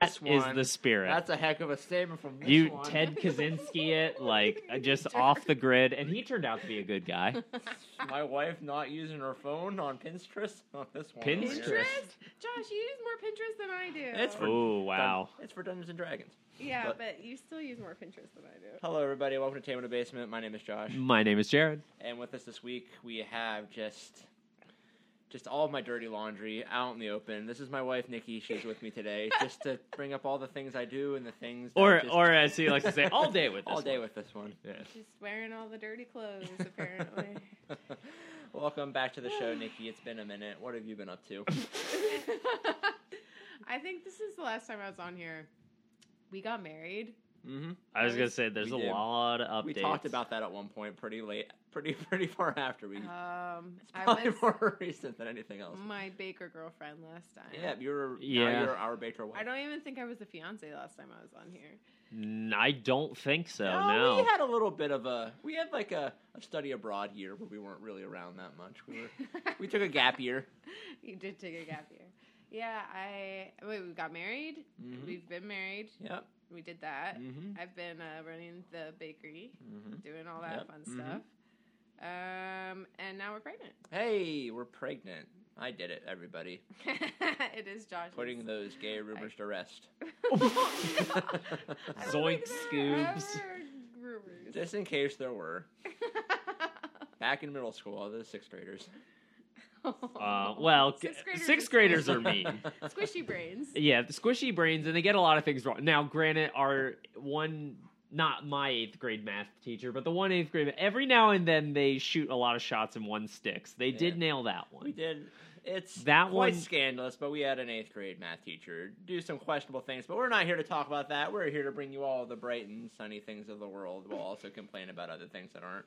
That This is one. the spirit. That's a heck of a statement from this you one. Ted Kaczynski it like uh, just off the grid, and he turned out to be a good guy. My wife not using her phone on Pinterest on this one. Pinterest? Here. Pinterest? Josh, you use more Pinterest than I do. It's for- Oh wow! Dun- it's for Dungeons and Dragons. yeah, but- but, you still use more Pinterest than I do. Hello, everybody. Welcome to Tame in the Basement. My name is Josh, My name is Jared. and with us this week we have just, just all of my dirty laundry out in the open. This is my wife Nikki. She's with me today, just to bring up all the things I do and the things. that Or just- or as he likes to say, all day with this. all day one. with this one. Just wearing all the dirty clothes, apparently. Welcome back to the show, Nikki. It's been a minute. What have you been up to? I think this is the last time I was on here. We got married. Mm-hmm. I was gonna say there's We a did. lot of updates. We talked about that at one point, pretty late, pretty pretty far after we. Um, I probably was Mm, more recent than anything else. my baker girlfriend last time. Yeah, you're now Yeah. you're our baker wife. I don't even think I was a fiance last time I was on here. N- I don't think so. No, No. we had a little bit of a we had like a, a study abroad year where we weren't really around that much. We were we took a gap year. You did take a gap year. Yeah, I wait, we got married. Mhm. We've been married. Yep. We did that. Mm-hmm. I've been uh, running the bakery, Mm-hmm. doing all that Yep. fun Mhm. stuff. Um, and now we're pregnant. Hey, we're pregnant. I did it, everybody. it is Josh. Putting those gay rumors to rest. Zoink scoops. Rumors. Just in case there were. Back in middle school, all those sixth graders. Oh, Uh, well, Sixth graders sixth are graders squishy. are mean. squishy brains. Yeah, the squishy brains, and they get a lot of things wrong. Now, granted, our one, not my eighth grade math teacher, but the one eighth grade, every now and then they shoot a lot of shots and one sticks. They did Yeah. nail that We one. did. It's That quite one- scandalous, but we had an eighth grade math teacher do some questionable things. But we're not here to talk about that. We're here to bring you all the bright and sunny things of the world. We'll also complain about other things that aren't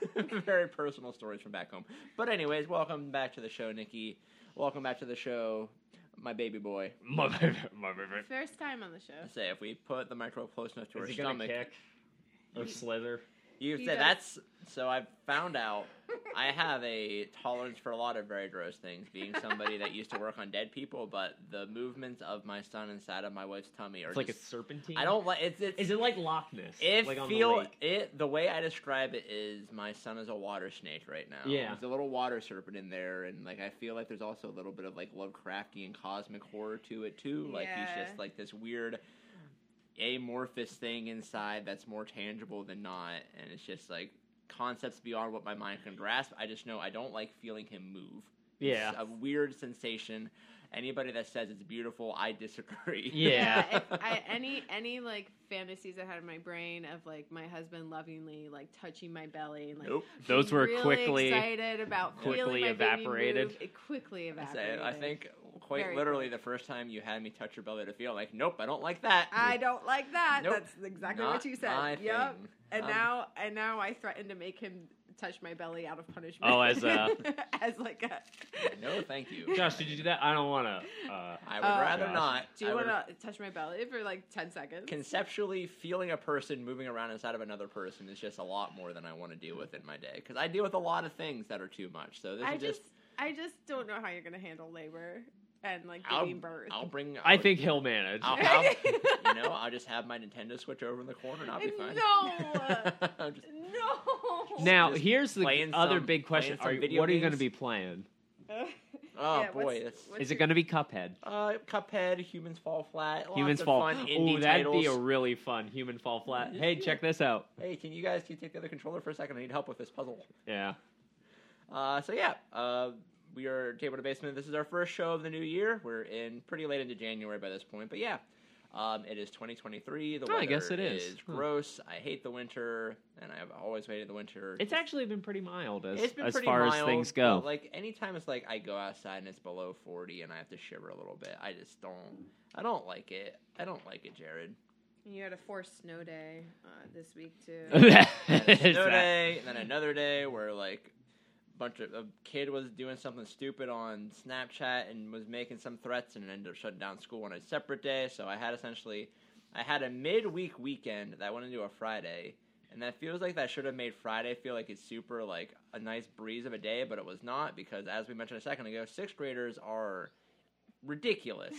very personal stories from back home. But anyways, welcome back to the show, Nikki. Welcome back to the show, my baby boy. My favorite- my favorite. First time on the show. I say if we put the microbe close enough to her Is he gonna stomach, kick or slither? you He say does. that's. So I've found out. I have a tolerance for a lot of very gross things, being somebody that used to work on dead people, but the movements of my son inside of my wife's tummy are It's like a just, serpentine. I don't like it's it's Is it like Loch Ness? it like on the feel lake? it the way I describe it is my son is a water snake right now. Yeah. There's a little water serpent in there and like I feel like there's also a little bit of like Lovecraftian cosmic horror to it too. Like he's Yeah. just like this weird amorphous thing inside that's more tangible than not and it's just like concepts beyond what my mind can grasp. I just know I don't like feeling him move. Yeah. It's a weird sensation. Anybody that says it's beautiful, I disagree. Yeah. if I, any any like fantasies I had in my brain of like my husband lovingly like touching my belly and like Nope. Those were really quickly- excited about quickly feeling my baby evaporated. move. It quickly I say- evaporated. I think quite Very literally the first time you had me touch your belly to feel like, nope, I don't like that. I don't like that. Nope. That's exactly Not what you my said. Yep. thing. And Um, now and now I threaten to make him touch my belly out of punishment. Oh, as a- as like a no, thank you. Josh, did you do that? I don't want to. Uh, I would Uh, rather Josh. not. Do you I would- want to touch my belly for like ten seconds? Conceptually, feeling a person moving around inside of another person is just a lot more than I want to deal with in my day because I deal with a lot of things that are too much. So this I is just, just. I just don't know how you're gonna handle labor and like I'll, giving birth. I'll bring. I I'll- think he'll manage. I'll, I'll, you know, I'll just have my Nintendo Switch over in the corner and I'll be fine. no, I'm just no. now, just here's the playing other some- big question: playing some Are you- video What are you going to games. be playing? Oh, Yeah, boy, what's- that's- what's Is it your- going to be Cuphead? Uh, Cuphead, Humans Fall Flat. Lots Humans of fall. Fun indie Ooh, that'd titles. be a really fun human fall flat. Hey, check this out. Hey, can you guys can you take the other controller for a second? I need help with this puzzle. Yeah. Uh, so yeah, uh, we are Table to Basement. This is our first show of the new year. We're in pretty late into January by this point, but yeah, um, it is 2023. The Oh, weather I guess it is. Hmm. gross. I hate the winter, and I've always hated the winter. It's actually been pretty mild as, It's been as pretty far as mild, things but, go. Like anytime it's like I go outside and it's below 40 and I have to shiver a little bit. I just don't. I don't like it. I don't like it, Jared. You had a forced snow day uh, this week too. And a Is snow that- day, and then another day where like a bunch of a kid was doing something stupid on Snapchat and was making some threats and ended up shutting down school on a separate day. So I had essentially, I had a midweek weekend that went into a Friday, and that feels like that should have made Friday feel like it's super like a nice breeze of a day, but it was not because as we mentioned a second ago, sixth graders are ridiculous.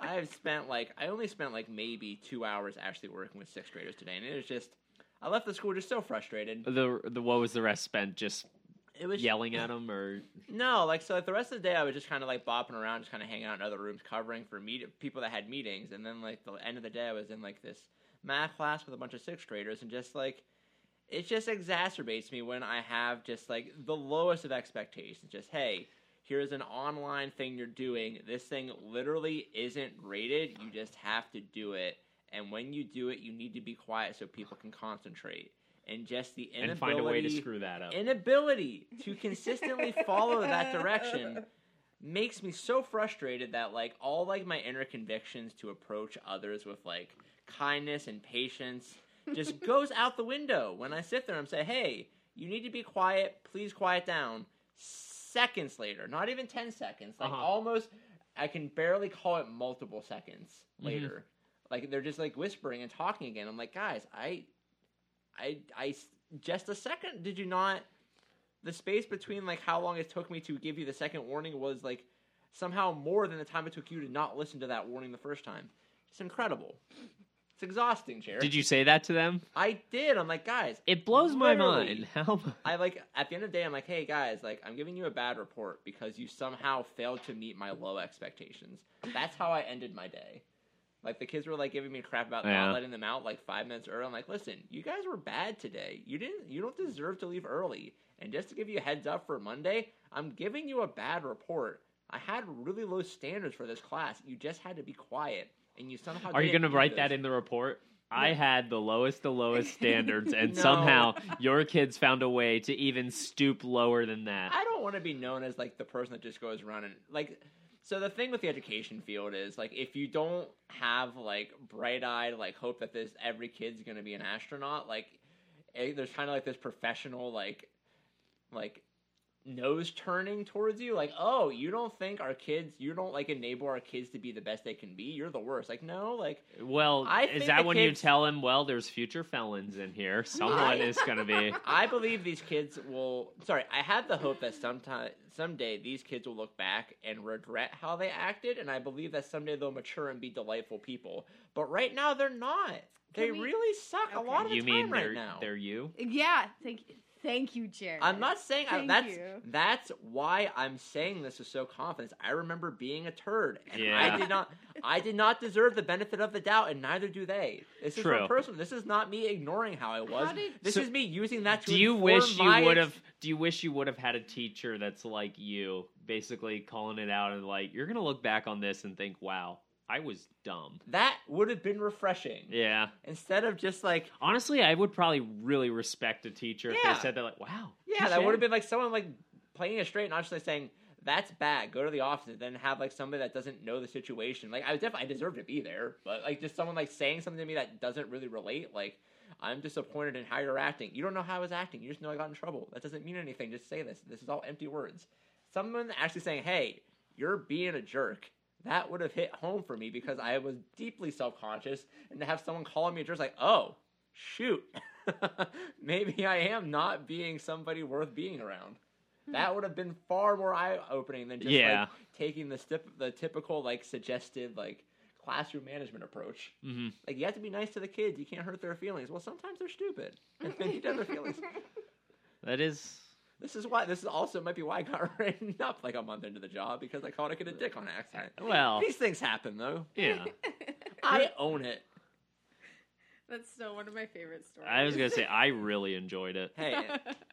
I have spent like I only spent like maybe two hours actually working with sixth graders today, and it was just I left the school just so frustrated. The the what was the rest spent just It was yelling at him or No, like so like the rest of the day I was just kind of like bopping around, just kind of hanging out in other rooms, covering for meet- people that had meetings, and then like the end of the day I was in like this math class with a bunch of sixth graders, and just like it just exacerbates me when I have just like the lowest of expectations. Just hey, here's an online thing you're doing. This thing literally isn't rated. You just have to do it, and when you do it, you need to be quiet so people can concentrate. And just the inability and find a way to screw that up. inability to consistently follow that direction makes me so frustrated that like all like my inner convictions to approach others with like kindness and patience just goes out the window when I sit there and say, "Hey, you need to be quiet. Please quiet down." Seconds later, not even 10 seconds, like Uh-huh. almost I can barely call it multiple seconds Mm-hmm. later. Like they're just like whispering and talking again. I'm like, "Guys, I I, I s- just a second. Did you not? The space between like how long it took me to give you the second warning was like somehow more than the time it took you to not listen to that warning the first time. It's incredible. It's exhausting, Jared. Did you say that to them? I did. I'm like, guys. It blows my Literally. mind. How mu- I like at the end of the day. I'm like, hey guys, like I'm giving you a bad report because you somehow failed to meet my low expectations. That's how I ended my day. Like the kids were like giving me crap about Yeah. not letting them out like five minutes early. I'm like, listen, you guys were bad today. You didn't. You don't deserve to leave early. And just to give you a heads up for Monday, I'm giving you a bad report. I had really low standards for this class. You just had to be quiet, and you somehow. Are you didn't going to do write this. that in the report? I had the lowest of lowest standards, and No. somehow your kids found a way to even stoop lower than that. I don't want to be known as like the person that just goes around and like. So the thing with the education field is like if you don't have like bright eyed like hope that this every kid's going to be an astronaut like eh, there's kind of like this professional like like nose turning towards you like oh you don't think our kids you don't like enable our kids to be the best they can be you're the worst like no like well, I is think that the when kids- you tell him, well, there's future felons in here? Someone is going to be. I believe these kids will. Sorry, I have the hope that sometime, someday these kids will look back and regret how they acted, and I believe that someday they'll mature and be delightful people. But right now, they're not. They Can we- really suck a Okay. lot of the You time mean right they're, now. they're you? yeah, thank thank you, Jared. I'm not saying I, Thank that's you. that's why I'm saying this with so confidence. I remember being a turd, and I Yeah. did not I did not deserve the benefit of the doubt, and neither do they. This is True. from personal. This is not me ignoring how I was. How did- this So- is me using that. To Do you inform wish you my would ex- have? Do you wish you would have had a teacher that's like you, basically calling it out and like, you're going to look back on this and think, wow, I was dumb. That would have been refreshing. Yeah. Instead of just like, Honestly, I would probably really respect a teacher if Yeah. they said that, like, wow. yeah, that touche. would have been like someone like playing it straight, and not just like saying that's bad. Go to the office, and then have like somebody that doesn't know the situation. Like I was definitely I deserve to be there, but like just someone like saying something to me that doesn't really relate. Like I'm disappointed in how you're acting. You don't know how I was acting. You just know I got in trouble. That doesn't mean anything. Just say this. This is all empty words. Someone actually saying, "Hey, you're being a jerk." That would have hit home for me because I was deeply self conscious, and to have someone calling me a jerk, is like, oh, shoot, maybe I am not being somebody worth being around. That would have been far more eye opening than just Yeah. like, taking the stip- the typical like suggested like classroom management approach. Mhm. Like you have to be nice to the kids. You can't hurt their feelings. Well, sometimes they're stupid and they need to have their feelings. That is. This is why. This is also might be why I got written up like a month into the job because I called a kid a dick on accident. Well, These things happen though. yeah. I own it. That's still one of my favorite stories. I was gonna say I really enjoyed it. Hey,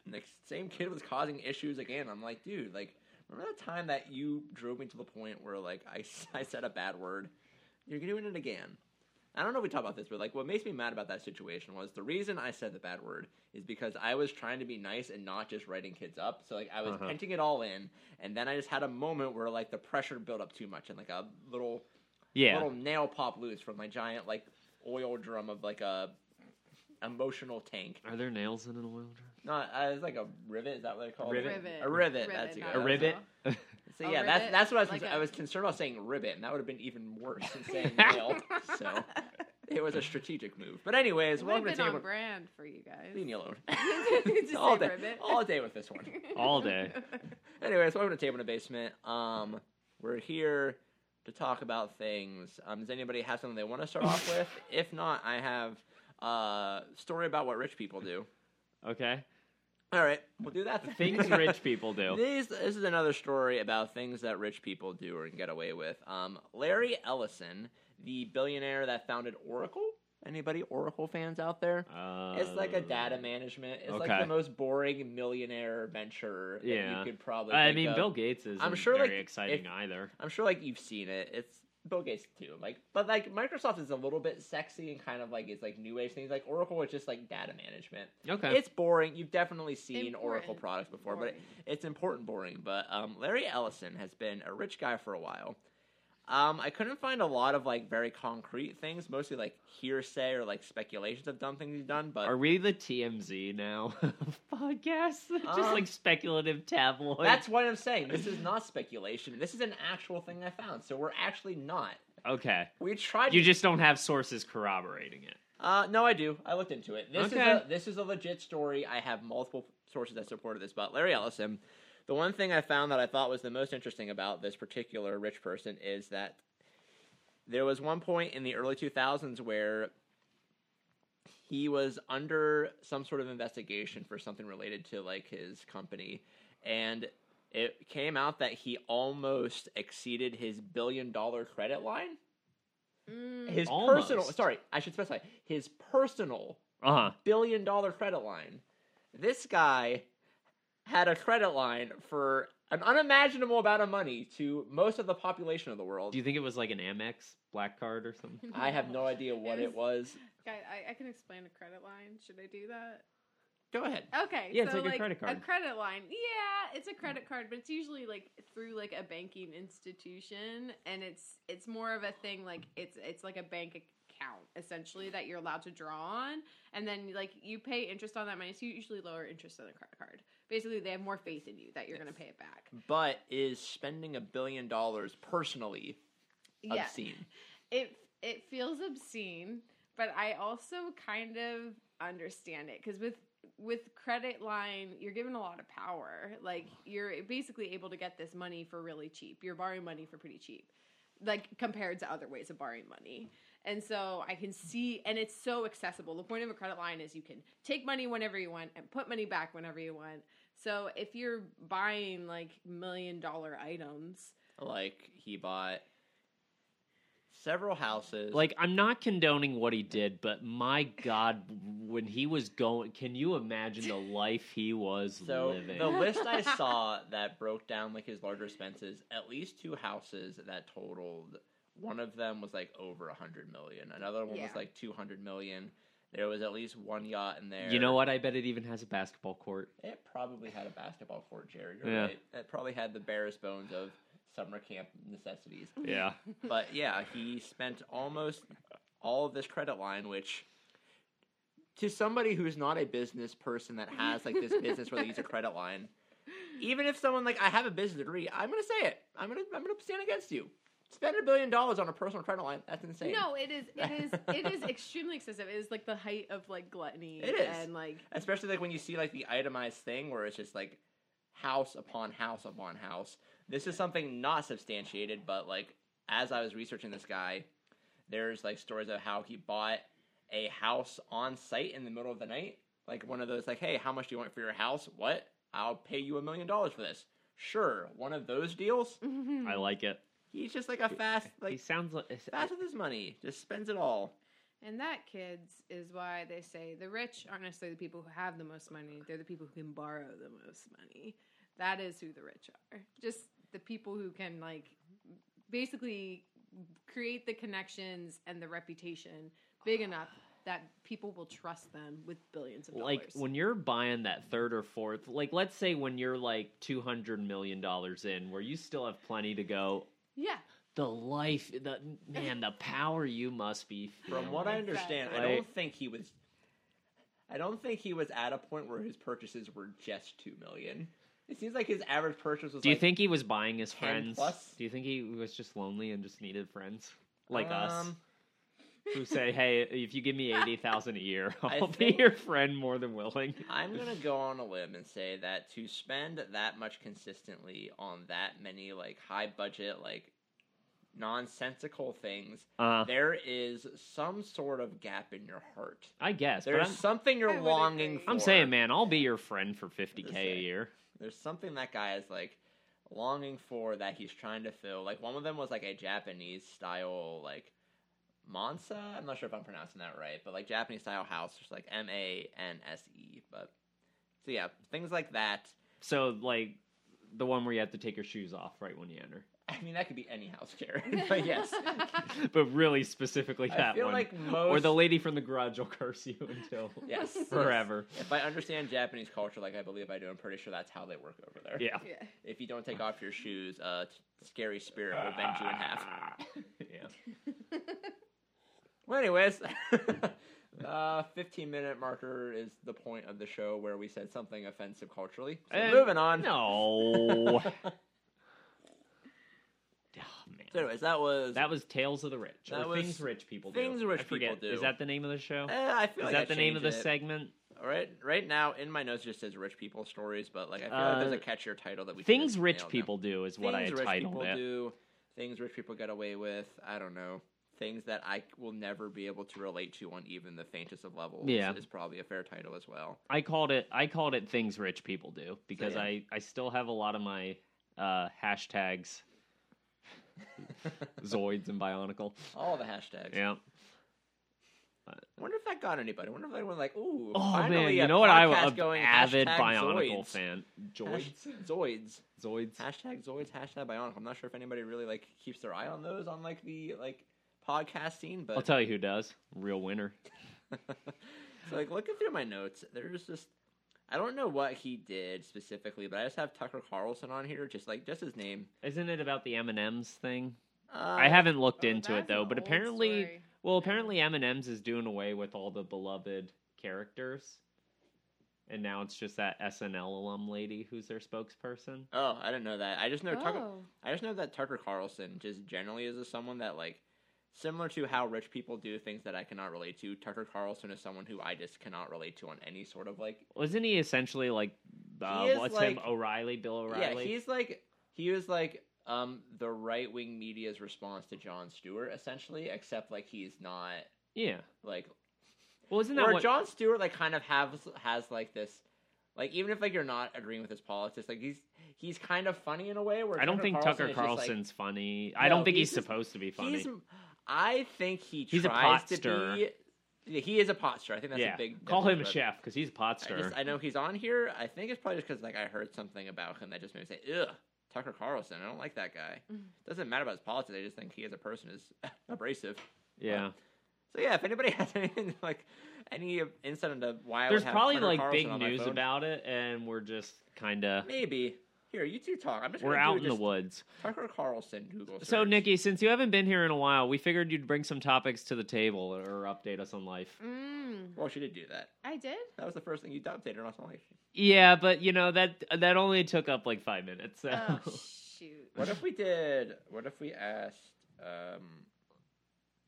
and the same kid was causing issues again. I'm like, dude, like, remember the time that you drove me to the point where, like, I, s- I said a bad word? You're doing it again. I don't know if we talk about this, but, like, what makes me mad about that situation was the reason I said the bad word is because I was trying to be nice and not just writing kids up. So, like, I was Uh-huh. venting it all in, and then I just had a moment where, like, the pressure built up too much, and, like, a little Yeah, little nail pop loose from my giant, like, oil drum of, like, a emotional tank. are there nails in an oil drum? No, uh, it's like a rivet. Is that what they call it? Rivet. rivet. A rivet, that's it. not A A rivet. So A yeah, that's rivet, that's what I was. like cons- a- I was concerned about saying ribbit, and that would have been even worse than saying nail. So it was a strategic move. But anyways, It would welcome have been to on Table. brand for you guys. Leave me alone. Just all say day, ribbit. all day with this one. All day. Anyways, welcome to Table in the Basement. Um, we're here. to talk about things. Um, does anybody have something they want to start off with? If not, I have a story about what rich people do. Okay, All right, we'll do that. then. things rich people do. These, this is another story about things that rich people do or can get away with. Um, Larry Ellison, the billionaire that founded Oracle. Anybody Oracle fans out there? Uh, It's like a data management. It's like okay. the most boring millionaire venture that Yeah. you could probably. I think mean, of. Bill Gates is. I'm sure, very like, exciting if- either. I'm sure like you've seen it. It's Bill Gates too. Like, but like Microsoft is a little bit sexy and kind of like it's like new age things. Like Oracle is just like data management. Okay, It's boring. You've definitely seen Oracle Important. products before, but Boring. it's important boring. But um, Larry Ellison has been a rich guy for a while. Um, I couldn't find a lot of like very concrete things, mostly like hearsay or like speculations of dumb things he's done. But Are we the TMZ now podcast? Just Um, like speculative tabloid. that's what I'm saying. This is not speculation. This is an actual thing I found. So we're actually not. okay. We tried. You just don't have sources corroborating it. Uh, no, I do. I looked into it. This is Okay. a, this is a legit story. I have multiple sources that supported this. But Larry Ellison, the one thing I found that I thought was the most interesting about this particular rich person is that there was one point in the early 2000s where he was under some sort of investigation for something related to like his company and it came out that he almost exceeded his billion dollar credit line Mm, his personal Almost. sorry i should specify his personal Uh huh. billion dollar credit line this guy had a credit line for an unimaginable amount of money to most of the population of the world Do you think it was like an Amex black card or something? i have no idea what it It was Guy- I, I can explain a credit line. Should I do that? go ahead Okay. Yeah, it's so like a credit A card. credit line. Yeah, it's a credit card, but it's usually like through like a banking institution, and it's it's more of a thing like it's it's like a bank account essentially that you're allowed to draw on, and then like you pay interest on that money. So you usually lower interest than a credit card. Basically, they have more faith in you that you're going to pay it back. but is spending a billion dollars personally Yeah. obscene it it feels obscene, but I also kind of understand it because with with credit line, you're given a lot of power. Like you're basically able to get this money for really cheap. You're borrowing money for pretty cheap, like compared to other ways of borrowing money. And so I can see, and it's so accessible. The point of a credit line is you can take money whenever you want and put money back whenever you want. So if you're buying like million dollar items, like he bought several houses Like, I'm not condoning what he did, but my God, when he was going, can you imagine the life he was So living? the list I saw that broke down like his larger expenses, at least two houses that totaled. One of them was like over a hundred million. Another one was Yeah. like two hundred million. There was at least one yacht in there. you know what? I bet it even has a basketball court. It probably had a basketball court, Jared. You're Yeah. right. It probably had the barest bones of summer camp necessities. Yeah. But yeah, he spent almost all of this credit line, which to somebody who's not a business person that has like this business where they use a credit line, even if someone like I have a business degree, I'm gonna say it. I'm gonna I'm gonna stand against you. Spend a billion dollars on a personal credit line, that's insane. No, it is. It is. It is extremely excessive. It is like the height of like gluttony. It is. and like Especially like when you see like the itemized thing where it's just like house upon house upon house. This is something not substantiated, but like as I was researching this guy, there's like stories of how he bought a house on site in the middle of the night. Like one of those like, hey, how much do you want for your house? What? I'll pay you a million dollars for this. Sure, one of those deals. I like it. He's just like a fast he like sounds like. fast with his money. Just spends it all. and that kids is why they say the rich aren't necessarily the people who have the most money. They're the people who can borrow the most money. That is who the rich are. Just the people who can like basically create the connections and the reputation Ah. big enough that people will trust them with billions of dollars. uh, like when you're buying that third or fourth like let's say when you're like 200 million dollars in where you still have plenty to go yeah, the life the man the power you must be From feeling. what I understand, I Like- don't think he was. I don't think he was at a point where his purchases were just two million. It seems like his average purchase was. do you like, think he was buying his 10 friends plus? do you think he was just lonely and just needed friends like us um, who say hey if you give me 80,000 a year I I'll be think- your friend more than willing I'm gonna go on a limb and say that to spend that much consistently on that many like high budget like nonsensical things, Uh, there is some sort of gap in your heart. I guess. But There's I'm, something I you're would longing agree. for. I'm saying, man, I'll be your friend for 50k a Listen. year. There's something that guy is like longing for that he's trying to fill. Like one of them was like a Japanese style like Mansa. I'm not sure if I'm pronouncing that right, but like Japanese style house, just like M A N S E. But so yeah, things like that. So like the one where you have to take your shoes off right when you enter. I mean, that could be any house, Karen. but yes, But really specifically I that feel one. like most or the lady from the garage will curse you until yes forever. If I understand Japanese culture, like I believe I do, I'm pretty sure that's how they work over there. Yeah. yeah. If you don't take off your shoes, uh, scary spirit will bend you in half. yeah. Well, anyways, uh, 15 minute marker is the point of the show where we said something offensive culturally. So And- moving on. No. oh, man. So, anyways, that was. That was Tales of the Rich. That or was things rich people Things do. Rich I forget. People Do. Is that the name of the show? Eh, I feel Is like I that the name of the changed it. segment? All right, right now in my notes it just says rich people stories, but like I feel like there's a catchier title that we should Uh, Things just rich nail down. people do is what things I rich titled people it. do, things rich people get away with. I don't know things that I will never be able to relate to on even the faintest of levels. Yeah. is probably a fair title as well. I called it. I called it things rich people do because yeah. I I still have a lot of my uh, hashtags, Zoids and Bionicle. All the hashtags. Yeah. I wonder if that got anybody. I wonder if anyone like, ooh, Oh man, finally you a know what? I'm podcast an going avid hashtag Bionicle Zoids. fan. Zoids. Hash- Zoids. Zoids. Hashtag Zoids. Hashtag Bionicle. I'm not sure if anybody really like keeps their eye on those on like the like podcast scene, but I'll tell you who does. Real winner. so like looking through my notes, there's just I don't know what he did specifically, but I just have Tucker Carlson on here, just like just his name. Isn't it about the M and M's thing? Uh, I haven't looked Oh, into it that's though, an but old apparently, story. well, apparently M and M's is doing away with all the beloved characters, and now it's just that SNL alum lady who's their spokesperson. Oh, I didn't know that. I just know Tucker. Oh. I just know that Tucker Carlson just generally is someone that like similar to how rich people do things that I cannot relate to. Tucker Carlson is someone who I just cannot relate to on any sort of like Wasn't he essentially like uh, He is what's him like- O'Reilly, Bill O'Reilly? Yeah, he's like he was like um the right wing media's response to John Stewart essentially, except like he's not yeah. like Well, isn't that Where what? John Stewart like kind of has has like this like even if like you're not agreeing with his politics, like he's he's kind of funny in a way where I don't Tucker think Carlson Tucker is just, like, Carlson's funny. I don't No, think he's he's, just- supposed to be funny. He's I think he He's a tries pot to stirrer. be yeah, he is a potster. I think that's yeah, a big call him a difference, chef because he's a pot but I, stirrer. just, I know he's on here. I think it's probably just because like I heard something about him that just made me say, "Ugh, Tucker Carlson. I don't like that guy." Doesn't matter about his politics. I just think he as a person is abrasive. yeah, So yeah, if anybody has anything like any insight into why I would there's have probably Tucker like Carlson big on my news phone, about it, and we're just kind of Maybe. Here, you two talk. I'm just we're gonna out do in the just woods. Tucker Carlson Google. So search. Nikki, since you haven't been here in a while, we figured you'd bring some topics to the table or update us on life. Mm, well, she did do that. I did. That was the first thing you updated on life. Yeah, but you know that that only took up like five minutes. So. Oh shoot. What if we did? What if we asked? Um,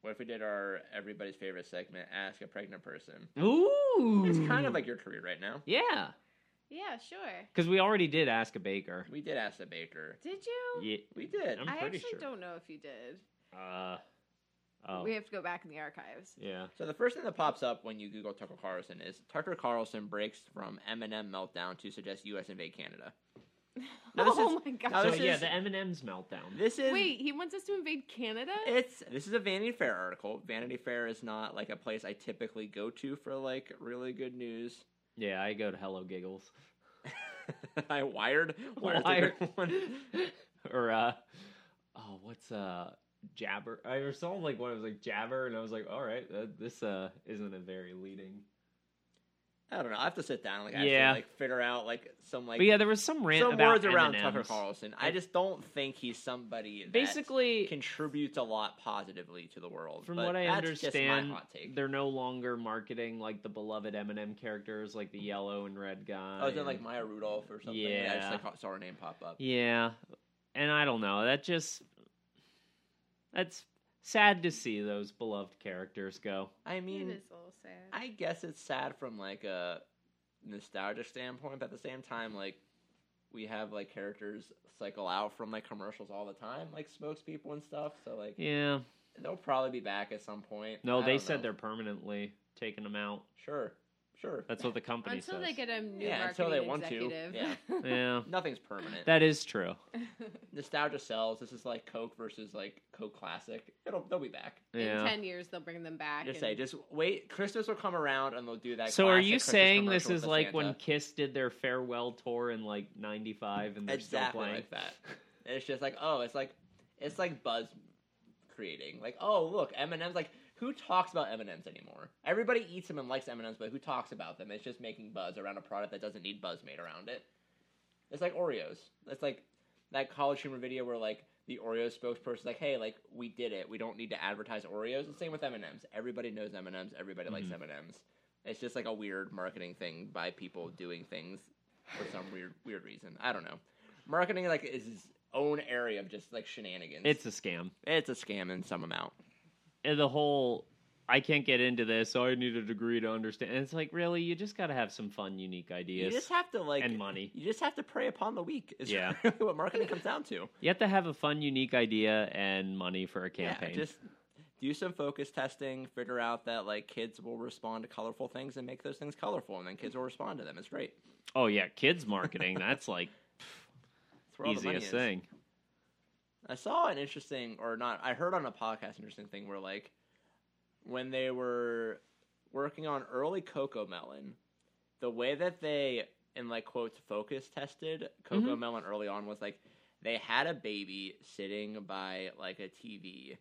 what if we did our everybody's favorite segment? Ask a pregnant person. Ooh, Oh. It's kind of like your career right now. yeah, Yeah, sure. because we already did ask a baker. We did ask the baker. Did you? Yeah, We did. I'm I pretty actually sure. don't know if you did. Uh, oh, We have to go back in the archives. yeah. So the first thing that pops up when you Google Tucker Carlson is Tucker Carlson breaks from Eminem meltdown to suggest U.S. invade Canada. Now, this oh is- my gosh. now So this yeah, is- the M and M's meltdown. This is Wait, he wants us to invade Canada? It's this is a Vanity Fair article. Vanity Fair is not like a place I typically go to for like really good news. yeah, I go to Hello Giggles I wired wired, Wired. The good one. or uh, oh, what's uh, Jabber? I saw like one. It was like Jabber, and I was like, all right, uh, this uh isn't a very leading. I don't know. I have to sit down and like actually Yeah. like figure out like some like but yeah, there was some rant some about words around M&Ms. Tucker Carlson. I just don't think he's somebody that Basically, contributes a lot positively to the world. From but what I that's just understand, my hot take. they're no longer marketing like the beloved Eminem characters, like the yellow and red guy. Oh, is it like and- Maya Rudolph or something? I Yeah. just like saw her name pop up. Yeah, and I don't know. That just that's sad to see those beloved characters go. I mean, it is a little sad. I guess it's sad from like a nostalgic standpoint, but at the same time, like we have like characters cycle out from like commercials all the time, like spokespeople and stuff. So like Yeah. they'll probably be back at some point. No, I they don't said know. they're permanently taking them out. sure, sure. That's what the company until says. they get a new Yeah, until marketing they want to. executive. yeah, Nothing's permanent. that is true. Nostalgia sells. This is like Coke versus like Coke Classic. It'll they'll be back. In Yeah. ten years, they'll bring them back. Just and- say, just wait. Christmas will come around, and they'll do that. So are classic you Christmas saying commercial this with is the like Santa. when Kiss did their farewell tour in like '95 and they're still exactly playing? like that? And it's just like, oh, it's like, it's like buzz creating. Like, oh, look, M and M's. Like, who talks about M and M's anymore? Everybody eats them and likes M and M's, but who talks about them? It's just making buzz around a product that doesn't need buzz made around it. It's like Oreos. It's like that college humor video where like the Oreo spokesperson's like, hey, like we did it. We don't need to advertise Oreos. The same with M and M's. Everybody knows M and M's. Everybody likes Mm-hmm. M and M's. It's just like a weird marketing thing by people doing things for some weird weird reason. I don't know. Marketing like is its own area of just like shenanigans. It's a scam. it's a scam in some amount. And the whole I can't get into this. So I need a degree to understand. And it's like really, you just got to have some fun, unique You ideas. just have to like and money. You just have to prey upon the weak. Is Yeah. really what marketing comes down to. You have to have a fun, unique idea and money for a campaign. Yeah, just do some focus testing, figure out that like kids will respond to colorful things and make those things colorful and then kids will respond to them. It's great. Oh yeah, kids marketing. that's like It's where all the money easiest is. thing. I saw an interesting, or not, I heard on a podcast an interesting thing where, like, when they were working on early Cocoa Melon, the way that they, in like quotes, focus tested Cocoa Melon early on was like they had a baby sitting by like a TV.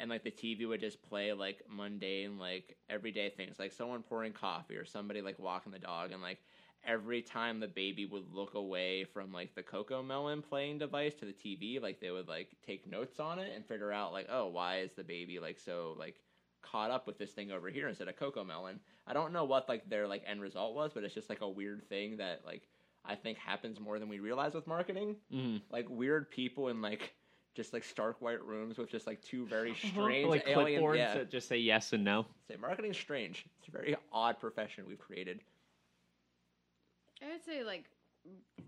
And like the TV would just play like mundane, like everyday things, like someone pouring coffee or somebody like walking the dog, and like every time the baby would look away from like the cocoa melon playing device to the TV, like they would like take notes on it and figure out like, oh, why is the baby like so like caught up with this thing over here instead of cocoa melon? I don't know what like their like end result was, but it's just like a weird thing that like I think happens more than we realize with marketing. Mhm. Like weird people in like just like stark white rooms with just like two very Uh-huh. strange like alien clipboards yeah. that just say yes and no. Say marketing's strange. It's a very odd profession we've created. I would say like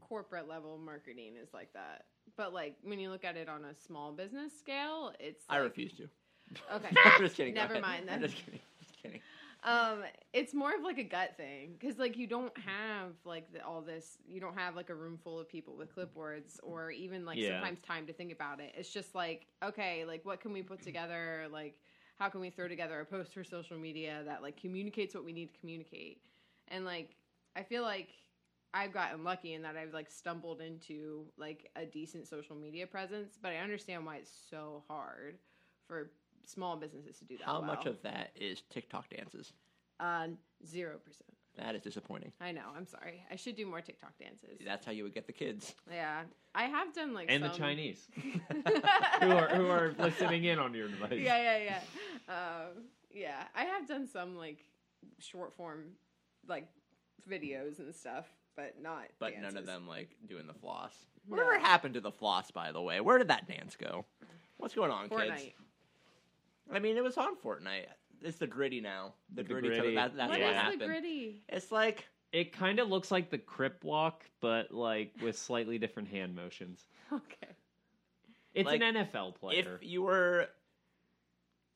corporate level marketing is like that, but like when you look at it on a small business scale, it's I like- refuse to. Okay, I'm just kidding. Go Never ahead. mind I'm then. just kidding. Just kidding. um, it's more of like a gut thing because like you don't have like the, all this, you don't have like a room full of people with clipboards or even like Yeah. sometimes time to think about it. It's just like okay, like what can we put together? Like how can we throw together a post for social media that like communicates what we need to communicate? And like I feel like I've gotten lucky in that I've like stumbled into like a decent social media presence, but I understand why it's so hard for small businesses to do that. How much well. of that is TikTok dances? Um, zero percent. That is disappointing. I know. I'm sorry. I should do more TikTok dances. That's how you would get the kids. yeah, I have done like And the some- Chinese who are who are listening in on your device. yeah, yeah, yeah. Um, yeah, I have done some like short form, like videos and stuff, but not. But none dances. of them like doing the floss. No. Whatever happened to the floss, by the way? Where did that dance go? What's going on, kids? Fortnite. I mean, it was on Fortnite. It's the gritty now. The, The gritty. gritty. That, that's What what, Yeah. is happened. the gritty? It's like It kind of looks like the Crip Walk, but like with slightly different hand motions. Okay. It's Like, an NFL player. if you were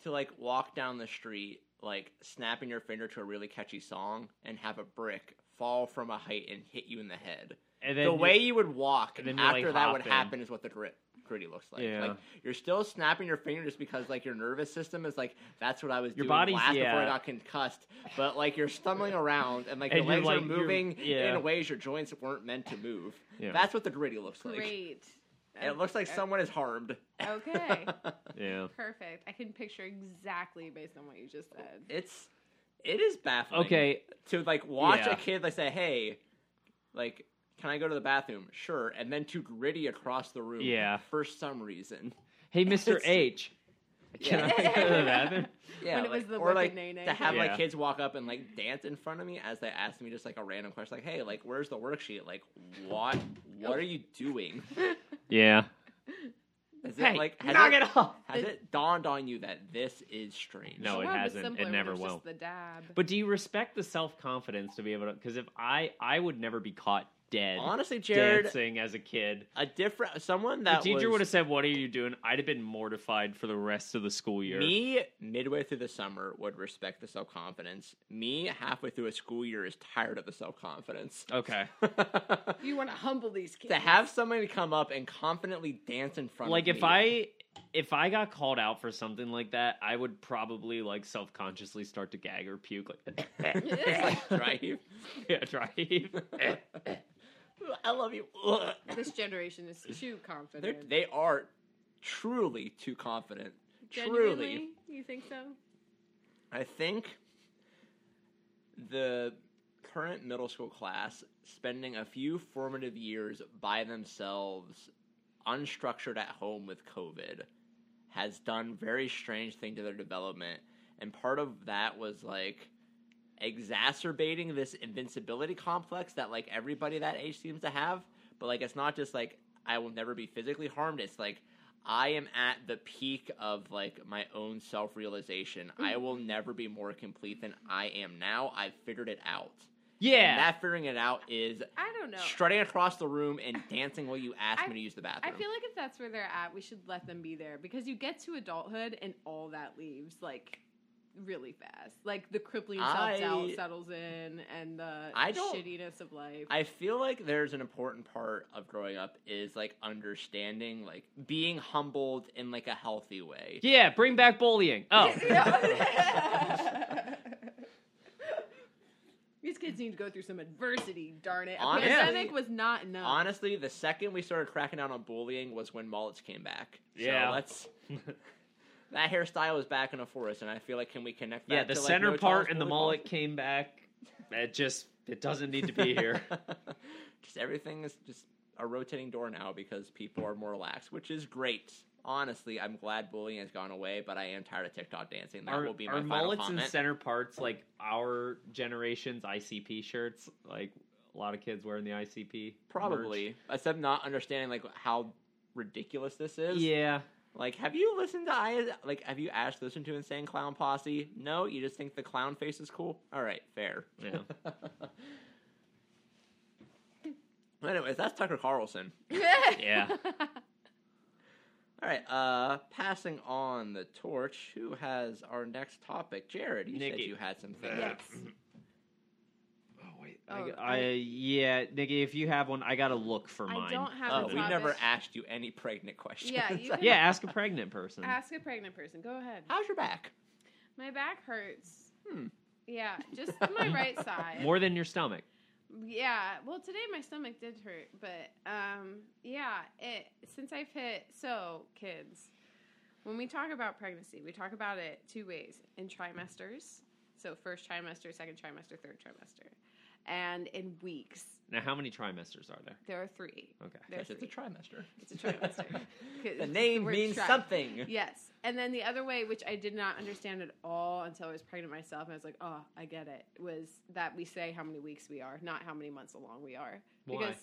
to like walk down the street, like snapping your finger to a really catchy song, and have a brick fall from a height and hit you in the head. and then the way you would walk and then you, like, after that would hop in. happen is what the grit gritty looks like. Yeah. Like you're still snapping your finger just because like your nervous system is like that's what I was Your doing body's- last before I yeah. got concussed. But like you're stumbling around and like And your you're, legs are like, you're- moving yeah. in ways your joints weren't meant to move. Yeah. That's what the gritty looks like. Great. Uh, It looks like Okay. someone is harmed. Okay. yeah. Perfect. I can picture exactly based on what you just said. it's it is baffling. Okay. to like watch Yeah. a kid like say, "Hey, like, can I go to the bathroom?" Sure, and then to gritty across the room. Yeah. for some reason. Hey, Mr. It's- H. Can Yeah. I go to the bathroom? Yeah, When it like- was the or Wicked like Nene. to have Yeah. like kids walk up and like dance in front of me as they ask me just like a random question, like, "Hey, like, where's the worksheet? Like, what? What are you doing?" Yeah. Is Hey, it like has knock it, it, off. has it dawned on you that this is strange? No, it Well, hasn't. It simpler when never it's just will. The dab. But do you respect the self confidence to be able to? Because if I, I would never be caught dead Honestly, Jared, dancing as a kid. a different someone The that teacher would was have said, "What are you doing?" I'd have been mortified for the rest of the school year. Me midway through the summer would respect the self confidence. Me halfway through a school year is tired of the self confidence. Okay. to You want to humble these kids. have somebody come up and confidently dance in front Like of if me. I if I got called out for something like that, I would probably like self consciously start to gag or puke. Like, It's like drive. yeah, try. I love you. this generation is too They're, confident. they are truly too confident. Truly, Genuinely, you think so? I think the current middle school class spending a few formative years by themselves, unstructured at home with COVID, has done very strange thing to their development, and part of that was like exacerbating this invincibility complex that like everybody that age seems to have. But like, it's not just like I will never be physically harmed. It's like I am at the peak of like my own self realization. Hmm. I will never be more complete than I am now. I've figured it out. And yeah. that figuring it out is I don't know. strutting across the room and dancing while you ask I- me to use the I bathroom. feel like if that's where they're at, we should let them be there because you get to adulthood and all that leaves like really fast. Like the crippling self doubt I- settles in and the I don't- shittiness of life. I feel like there's an important part of growing up is like understanding, like being humbled in like a healthy way. Yeah, bring back bullying. Oh. Yeah. These kids need to go through some adversity, darn it. A Honestly- pandemic was not enough. Honestly, the second we started cracking down on bullying was when mullets came back. Yeah. so let's. That hairstyle is back in a forest, and I feel like can we connect that? Yeah, the to, like, center no part child's and the bullying mullet came back. It just it doesn't need to be here. just everything is just a rotating door now because people are more relaxed, which is great. Honestly, I'm glad bullying has gone away, but I am tired of TikTok dancing. That are will be my are final mullets comment. and center parts like our generation's ICP shirts? Like a lot of kids wearing the ICP. Probably, except not understanding like how ridiculous this merch. is. Yeah. Like, have you listened to I? Like, have you Ash listened to Insane Clown Posse? No, you just think the clown face is cool. All right, fair. Yeah. Anyways, that's Tucker Carlson. Yeah. All right, uh, passing on the torch. Who has our next topic? Jared, you Nikki. said you had something. yes. Oh wait. Oh, I, I- yeah, Nikki, if you have one, I gotta look for I mine. don't have Oh, a we topic. never asked you any pregnant questions. Yeah, you can- Yeah, ask a pregnant person. Ask a pregnant person. Go ahead. How's your back? My back hurts. Hmm. Yeah, just my right side. More than your stomach. Yeah. Well, today my stomach did hurt, but um, yeah. It since I've hit so kids. When we talk about pregnancy, we talk about it two ways in trimesters. So first trimester, second trimester, third trimester, and in weeks. Now, how many trimesters are there? There are three. Okay. There are Yes, it's a three. trimester. It's a trimester. 'Cause The name we're means tri- something. Yes. And then the other way, which I did not understand at all until I was pregnant myself, and I was like, oh, I get it, was that we say how many weeks we are, not how many months along we are. Why?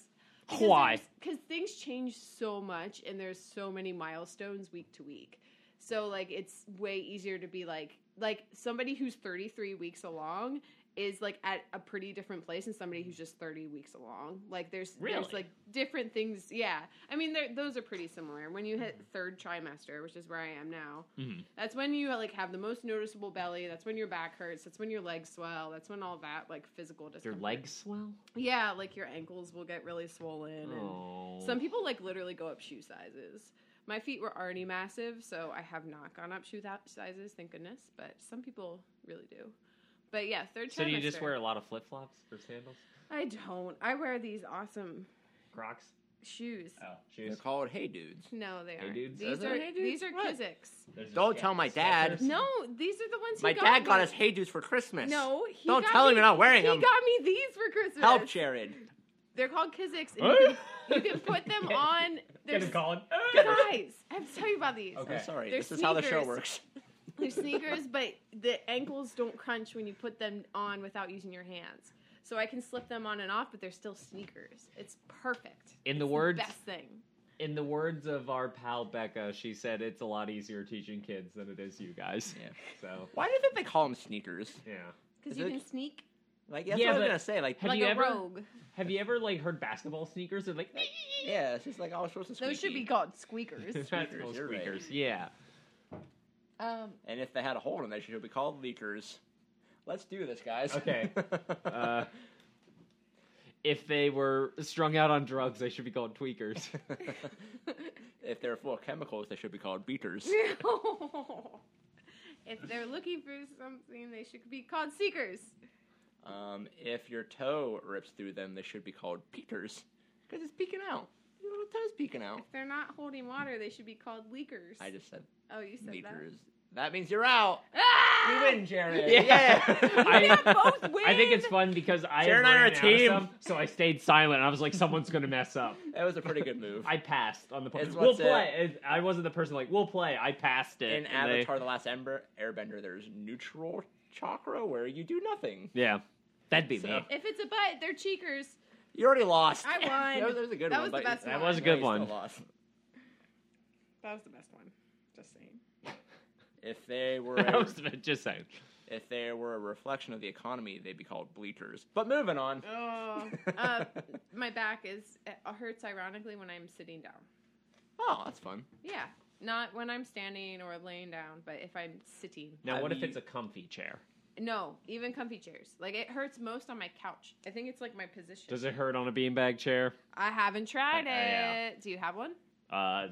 Why? Because Because things change so much, and there's so many milestones week to week. So, like, it's way easier to be like, like somebody who's 33 weeks along is like at a pretty different place than somebody who's just 30 weeks along. Like there's Really? there's like different things. Yeah. I mean they're- those are pretty similar. When you Hmm. hit third trimester, which is where I am now, Mhm. that's when you like have the most noticeable belly, that's when your back hurts, that's when your legs swell, that's when all that like physical Your discomfort. legs swell. Yeah, like your ankles will get really swollen Oh. and some people like literally go up shoe sizes. My feet were already massive, so I have not gone up shoe tha- sizes, thank goodness, but some people really do. But yeah, third trimester. So do you just wear a lot of flip flops or sandals? I don't. I wear these awesome Crocs? shoes. Oh, They're shoes. called Hey Dudes. No, they Hey, aren't. dudes. These Those are are- Hey, dudes, these are what? Kizik's. There's a Don't sketch- tell my dad. Skechers? No, these are the ones. He My got dad me. got us Hey Dudes for Christmas. No, he Don't got tell me, him you're not wearing He them. got me these for Christmas. Help, Jared. They're called Kizik's. And you, can, you can put them Get- on. Get There's him, Colin. guys. I have to tell you about these. Okay. I'm sorry. They're this is how the show sneakers. works. They're sneakers, but the ankles don't crunch when you put them on without using your hands. So I can slip them on and off, but they're still sneakers. It's perfect. In the It's words best thing. in the words of our pal Becca, she said it's a lot easier teaching kids than it is you guys. Yeah. So Why do you think they call them sneakers? yeah. Because Is you it- can sneak Like that's Yeah, what I but was gonna say. Like, Have like you a ever- rogue. Have you ever like heard basketball sneakers? They're like yeah, it's just like all sorts of. Those should be squeaky. called squeakers. basketball you're right. sneakers. Yeah. um, And if they had a hold on that, should be called leakers. Let's do this, guys. Okay. Uh, if they were strung out on drugs, they should be called tweakers. if they're full of chemicals, they should be called beaters. if they're looking for something, they should be called seekers. Um, if your toe rips through them, they should be called peekers because it's peeking out. Your little toe's peeking out. If they're not holding water, they should be called leakers. I just said oh, you said that. leakers. That means you're out. Ah! You win, Jared. Yeah. We I- both win. I think it's fun because I Jared and I are a ran out of team. some, so I stayed silent. I was like, someone's gonna mess up. that was a pretty good move. I passed on the po- It's We'll what's it. play. It- I wasn't the person like we'll play. I passed it. In and they- Avatar: The Last Ember, Airbender, there's neutral chakra where you do nothing. yeah, that'd be So- me. If it's a butt, they're cheekers. You already lost. I won. that, was, that was a good one. That was the but best That one. was a No, good you still one. lost. That was the best one. Just saying. If they were I a, was just saying. if they were a reflection of the economy, they'd be called bleachers. But moving on. Oh, uh, my back is it hurts ironically when I'm sitting down. Oh, that's fun. Yeah, not when I'm standing or laying down, but if I'm sitting. Now, Have what if you- it's a comfy chair? No, even comfy chairs. Like it hurts most on my couch. I think it's like my position. Does it hurt on a beanbag chair? I haven't Uh, tried it. yeah. Do you have one? Uh,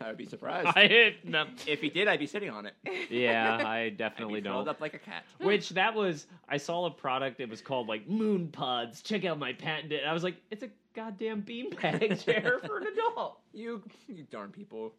I would be surprised. I no. if he did, I'd be sitting on it. yeah, I I'd definitely be don't. curled up like a cat. Which that was, I saw a product. It was called like Moon Pods. Check out my patented. I was like, it's a goddamn beanbag chair for an adult. Oh, You, you darn people.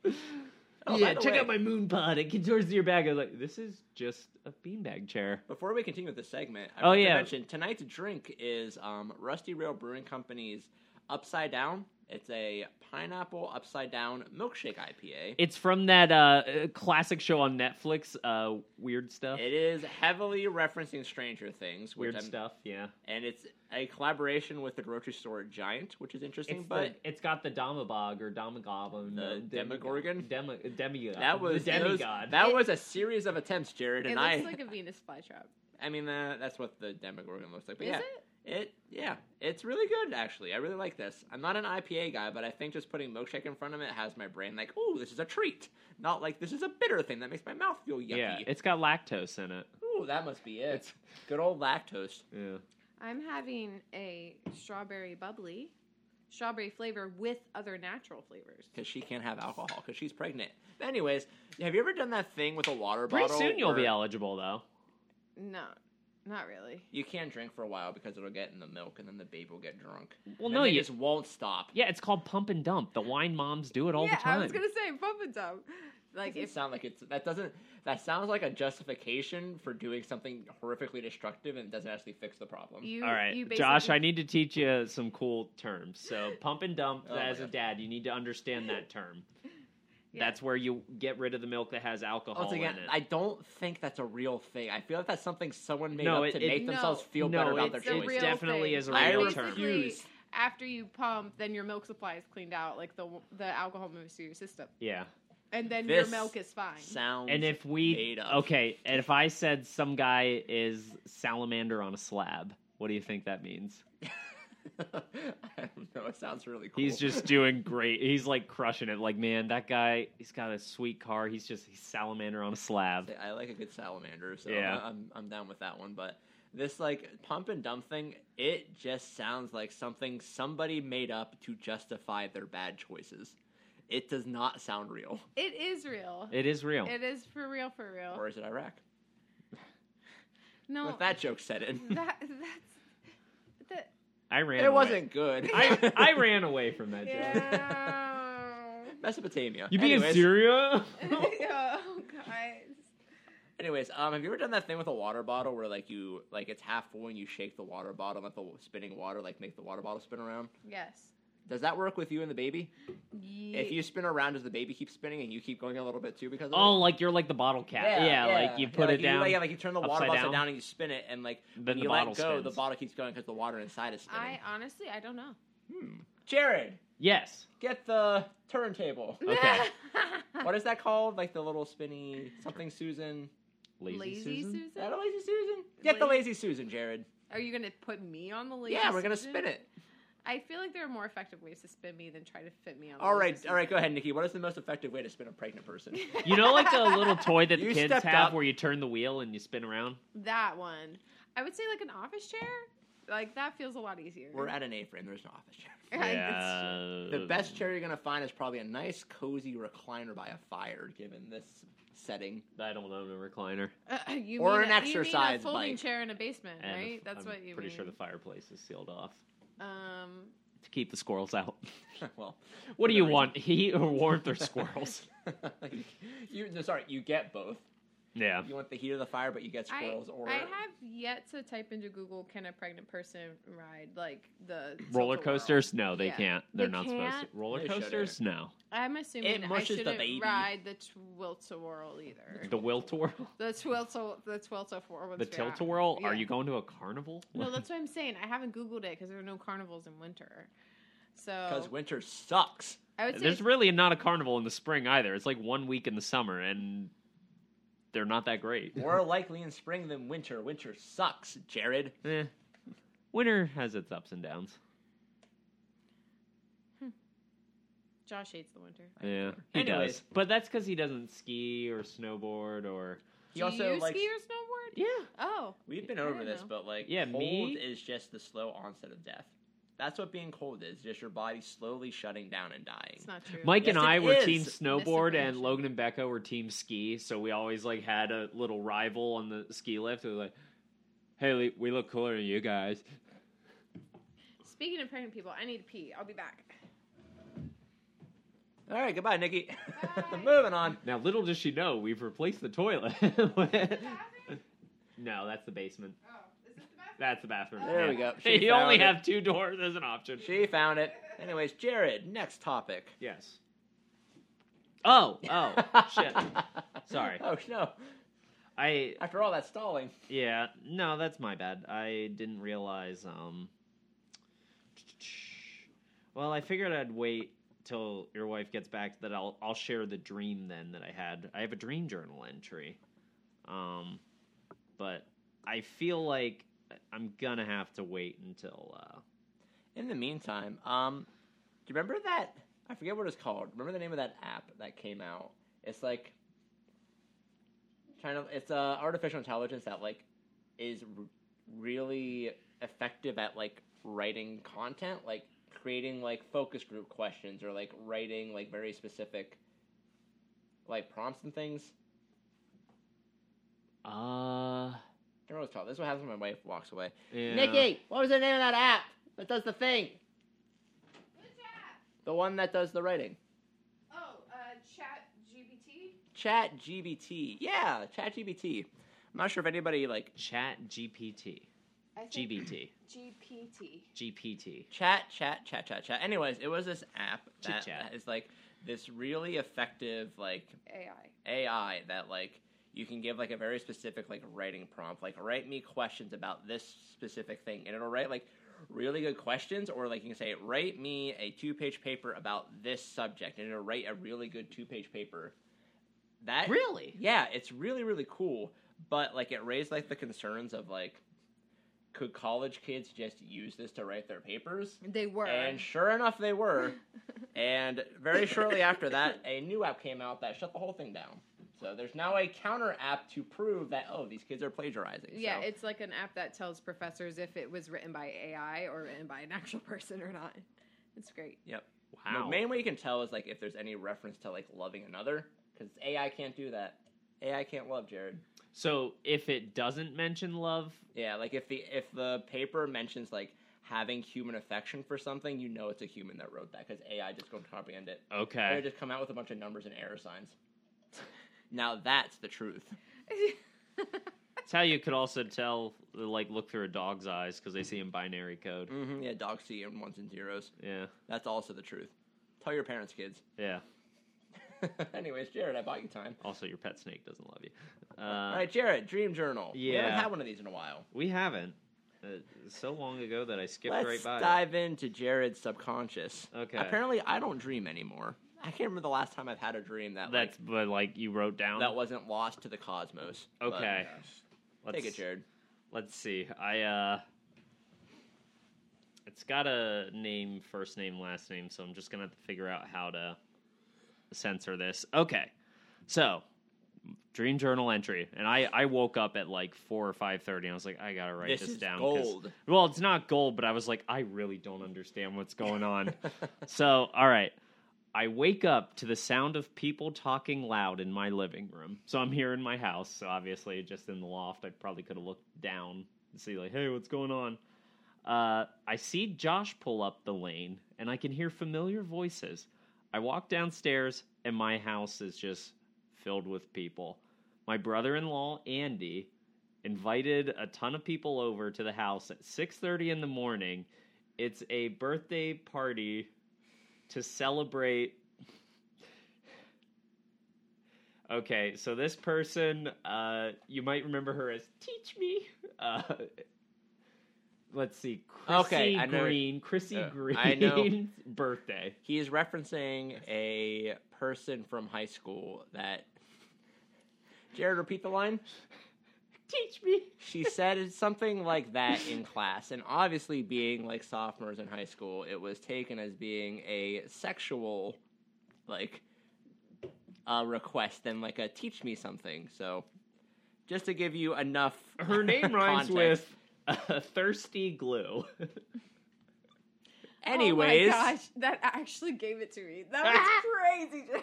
Oh, by yeah, the check way, out my Moon Pod. It contours to your bag. I was like, this is just a beanbag chair. Before we continue with this segment, I Oh, oh yeah, yeah. mention tonight's drink is um, Rusty Rail Brewing Company's Upside Down. It's a pineapple upside down milkshake IPA. It's from that uh, uh, classic show on Netflix, uh, Weird Stuff. It is heavily referencing Stranger Things, which Weird I'm, Stuff, yeah. and it's a collaboration with the grocery store Giant, which is interesting. It's, but the, it's got the Domabog or Domagoblin. The Demogorgon? Demi, demigod. that was the those- demigod. that It- was a series of attempts, Jared, It and looks I. like a Venus flytrap. I mean, uh, that's what the Demogorgon looks like. But Is yeah, it? It yeah, it's really good actually. I really like this. I'm not an IPA guy, but I think just putting milkshake in front of it has my brain like, oh, this is a treat. Not like this is a bitter thing that makes my mouth feel yucky. yeah, it's got lactose in it. Ooh, that must be it. good old lactose. Yeah. I'm having a strawberry bubbly, strawberry flavor with other natural flavors. Because she can't have alcohol because she's pregnant. But anyways, have you ever done that thing with a water Pretty bottle? soon you'll be where eligible though. No, not really. You can't drink for a while because it'll get in the milk and then the baby will get drunk. Well, And no, they you. just won't stop. Yeah, it's called pump and dump. The wine moms do it all yeah, the time. I was gonna say pump and dump. Like Doesn't if sound like it's that doesn't that sounds like a justification for doing something horrifically destructive and doesn't actually fix the problem. you, All right, you basically, Josh, I need to teach you some cool terms. So, pump and dump. Oh my as a God. dad, you need to understand that term. Yeah. That's where you get rid of the milk that has alcohol Once again, in it. I don't think that's a real thing. I feel like that's something someone made No, up it- to it- make No. themselves feel no, better about their it's, it's a it choices. real definitely thing. is a I real Basically, term. refuse. after you pump, then your milk supply is cleaned out. Like the the alcohol moves through your system, Yeah, and then This your milk is fine. Sounds and if we made up. okay, and if I said some guy is salamander on a slab, what do you think that means? I don't know. It sounds really cool. He's just doing great. He's like crushing it. Like, man, that guy, he's got a sweet car. He's just he's salamander on a slab. I like a good salamander, so Yeah. I'm I'm down with that one. But this like pump and dump thing, it just sounds like something somebody made up to justify their bad choices. It does not sound real. It is real. It is real. it is for real, for real. Or is it Iraq? No, If that joke said it. that that's that. I ran. away. It wasn't good. I, I ran away from that joke. Yeah. Mesopotamia. You being Anyways. Syria? oh, guys. Anyways, um, have you ever done that thing with a water bottle where like you like it's half full and you shake the water bottle and let the spinning water like make the water bottle spin around? Yes. Does that work with you and the baby? Ye- If you spin around, does the baby keep spinning and you keep going a little bit too because of Oh, it? like you're like the bottle cap. Yeah, like you Yeah, put like it down. You, yeah, like you turn the water upside bottle upside down. down and you spin it, and like Then when the you let bottle go, the spins. bottle keeps going because the water inside is spinning. I honestly, I don't know. Hmm. Jared, yes. get the turntable. Okay. what is that called? Like the little spinny something Susan? Lazy, Lazy Susan. Susan? Is that a lazy Susan? Get the Lazy- lazy Susan, Jared. Are you gonna put me on the list? yeah, we're gonna spin it. I feel like there are more effective ways to spin me than try to fit me on. All the right, list. all right. Go ahead, Nikki. What is the most effective way to spin a pregnant person? You know, like the little toy that the You kids stepped have up. where you turn the wheel and you spin around. that one. I would say like an office chair. Like that feels a lot easier. We're at an A-frame. There's no office chair. That's The best chair you're gonna find is probably a nice, cozy recliner by a fire, given this setting. I don't own a recliner. Uh, you Or an mean a- you mean a exercise folding bike. chair in a basement, And right? That's I'm what you pretty mean. sure the fireplace is sealed off um, to keep the squirrels out. well, What do for you the want, heat or warmth or squirrels? reason- you no, sorry, you get both. yeah. You want the heat of the fire, but you get I, squirrels or I have yet to type into Google can a pregnant person ride like the Roller tilt-a-whirl?" coasters? No, they Yeah. can't. They're They not supposed can't? to. Roller They shouldn't. coasters? No. I'm assuming I mushes the shouldn't baby. ride the twilta-whirl either. The will to whirl? The twilta, the twilta-whirl. The one's tilt bad. to whirl? Are Yeah. you going to a carnival? No, that's what I'm saying. I haven't Googled it because there are no carnivals in winter. So because winter sucks. I would say There's really not a carnival in the spring either. It's like one week in the summer, and they're not that great. More likely in spring than winter. Winter sucks, Jared. Eh. Winter has its ups and downs. Josh hates the winter. Yeah, he Anyways. does. But that's because he doesn't ski or snowboard or. He Do also you likes. ski or snowboard? Yeah. Oh, We've been I over don't this, know. but like, Yeah, cold me- is just the slow onset of death. That's what being cold is. Just your body slowly shutting down and dying. it's not true. Mike Yes, and I it were is. team snowboard, and Misinformation. Logan and Becca were team ski. So we always like had a little rival on the ski lift. It was like, "Hey, le- we look cooler than you guys." Speaking of pregnant people, I need to pee. I'll be back. All right, goodbye, Nikki. Bye. Moving on. Now, little does she know, we've replaced the toilet. no, that's the basement. Oh, That's the bathroom. There we go. She you only found it. have two doors as an option. She found it. Anyways, Jared, next topic. Yes. Oh, oh, shit. Sorry. Oh no! I After all that stalling, yeah, no, that's my bad. I didn't realize um Well, I figured I'd wait till your wife gets back that I'll I'll share the dream then that I had. I have a dream journal entry. Um but I feel like I'm going to have to wait until uh in the meantime, um, do you remember that? I forget what it's called. Remember the name of that app that came out? It's like trying to. It's uh, artificial intelligence that like is r- really effective at like writing content, like creating like focus group questions or like writing like very specific like prompts and things. uh I don't know what it's called. This is what happens when my wife walks away. yeah. Nikki, what was the name of that app that does the thing? The one that does the writing. Oh, uh, chat GBT. Chat GBT. Yeah, Chat GBT. I'm not sure if anybody like Chat GPT. I GBT. GPT. GPT. chat, chat, chat, chat, chat. Anyways, it was this app that Chit-chat. is like this really effective like AI. AI that like you can give like a very specific like writing prompt, like write me questions about this specific thing, and it'll write like really good questions, or like you can say write me a two page paper about this subject, and it'll write a really good two page paper. That Really? yeah, it's really really cool, but like it raised like the concerns of like could college kids just use this to write their papers? They were. And sure enough, they were. and very shortly after that, a new app came out that shut the whole thing down. So there's now a counter app to prove that oh, these kids are plagiarizing. yeah, so, it's like an app that tells professors if it was written by AI or written by an actual person or not. It's great. yep. Wow. The main way you can tell is like if there's any reference to like loving another, because AI can't do that. AI can't love Jared. So if it doesn't mention love, Yeah, like if the if the paper mentions like having human affection for something, you know it's a human that wrote that because AI just don't comprehend it. They okay. would just come out with a bunch of numbers and error signs. Now that's the truth. Oh That's how you could also tell, like, look through a dog's eyes because they see in binary code. hmm yeah, dogs see in ones and zeros. Yeah, That's also the truth. Tell your parents, kids. yeah. Anyways, Jared, I bought you time. Also, your pet snake doesn't love you. Uh, All right, Jared, dream journal. We yeah. haven't had one of these in a while. We haven't. Uh, so long ago that I skipped Let's right by. it. dive into Jared's subconscious. Okay. Apparently, I don't dream anymore. I can't remember the last time I've had a dream that like, That's but like you wrote down. that Oh wasn't lost to the cosmos. But Okay. let's, Take it, Jared. Let's see. I uh, It's got a name, first name, last name, so I'm just gonna have to figure out how to censor this. Okay, so dream journal entry, and I I woke up at like four or five thirty, and I was like, I gotta write this, this is down. 'cause- gold. Well, it's not gold, but I was like, I really don't understand what's going on. so, all right. I wake up to the sound of people talking loud in my living room. So I'm here in my house. So obviously, just in the loft, I probably could have looked down and see, like, hey, what's going on? Uh, I see Josh pull up the lane and I can hear familiar voices. I walk downstairs and my house is just filled with people. My brother in law, Andy, invited a ton of people over to the house at 6:30 in the morning. It's a birthday party to celebrate Okay, so this person, uh, you might remember her as Teach Me. Uh, let's see, Chrissy Okay, I know- Green, Chrissy uh, Green, I know. birthday. He is referencing a person from high school that. Jared, repeat the line. Teach Me. She said it's something like that in class, and obviously, being like sophomores in high school, it was taken as being a sexual, like, uh, request than like a teach me something. So, just to give you enough, Her name rhymes context. with uh, Thirsty Glue. Anyways, oh my gosh, that actually gave it to me. That was crazy.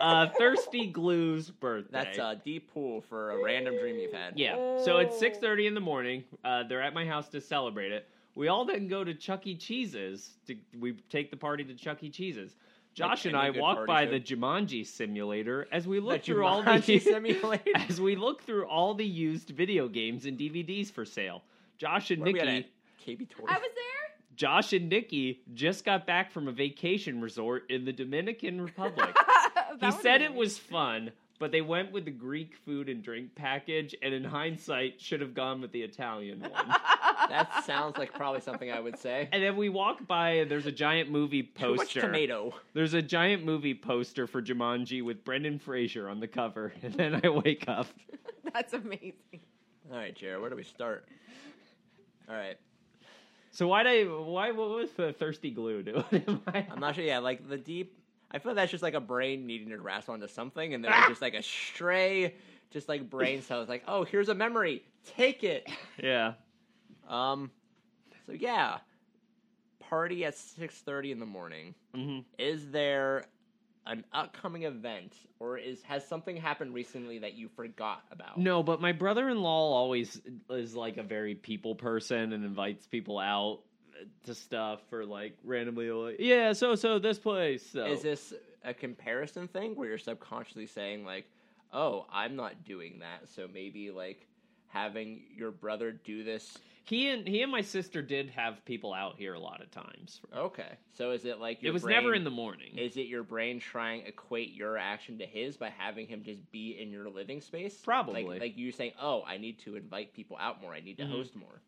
Uh, Thirsty Glue's birthday. that's a deep pool for a random dream you've had. Yeah. So it's Oh. six thirty in the morning. Uh, they're at my house to celebrate it. We all then go to Chuck E. Cheese's. To, we take the party to Chuck E. Cheese's. Josh Like and any I good walk party by should. the Jumanji simulator as we The look through all Jumanji the simulator. as we look through all the used video games and DVDs for sale. Josh and Where we at, Nikki, at? KB Tour. I was there. Josh and Nikki just got back from a vacation resort in the Dominican Republic. That he would've said been it was fun, but they went with the Greek food and drink package, and in hindsight, should have gone with the Italian one. amazing. That sounds like probably something I would say. and then we walk by, and there's a giant movie Too much poster. tomato. There's a giant movie poster for Jumanji with Brendan Fraser on the cover, and then I wake up. That's amazing. All right, Jared, where do we start? All right, So why did I? Why what was the thirsty glue doing? in my- I'm not sure. Yeah, like the deep. I feel that's just like a brain needing to grasp onto something, and then like, just like a stray, just like brain cells. Like, oh, here's a memory. Take it. yeah. Um. So yeah, party at 6:30 in the morning. hmm Is there an upcoming event, or is has something happened recently that you forgot about? No, but my brother-in-law always is like a very people person and invites people out to stuff or like randomly like yeah so so this place so Is this a comparison thing where you're subconsciously saying like, "Oh, I'm not doing that," so maybe like having your brother do this? he and he and my sister did have people out here a lot of times Okay, so is it like your it was never in the morning Is it your brain trying to equate your action to his by having him just be in your living space? Probably. like, like you saying, "Oh, I need to invite people out more. I need to Mhm. host more."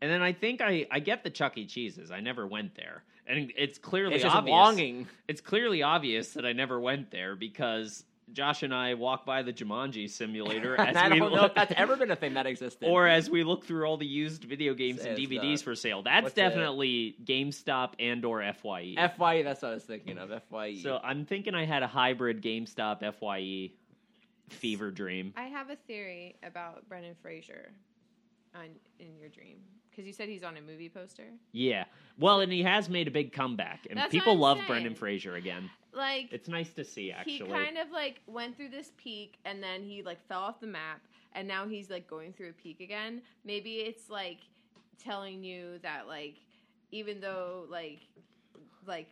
and then i think i i get the chuck e cheese's i never went there and it's clearly it's just obvious longing. it's clearly obvious that i never went there because josh and i walk by the jumanji simulator as And I we don't know look- if that's ever been a thing that existed. or as we look through all the used video games and Says, DVDs uh, for sale. That's what's the- definitely GameStop and or FYE. Fye, E, that's what I was thinking of. E. Fye. so I'm thinking I had a hybrid GameStop FYE fever dream. I have a theory about Brendan Fraser on in your dream because you said he's on a movie poster. Yeah. Well, and he has made a big comeback, and That's what people I'm love saying. Brendan Fraser again. Like It's nice to see, actually. he kind of like went through this peak and then he like fell off the map and now he's like going through a peak again. Maybe it's like telling you that like even though like like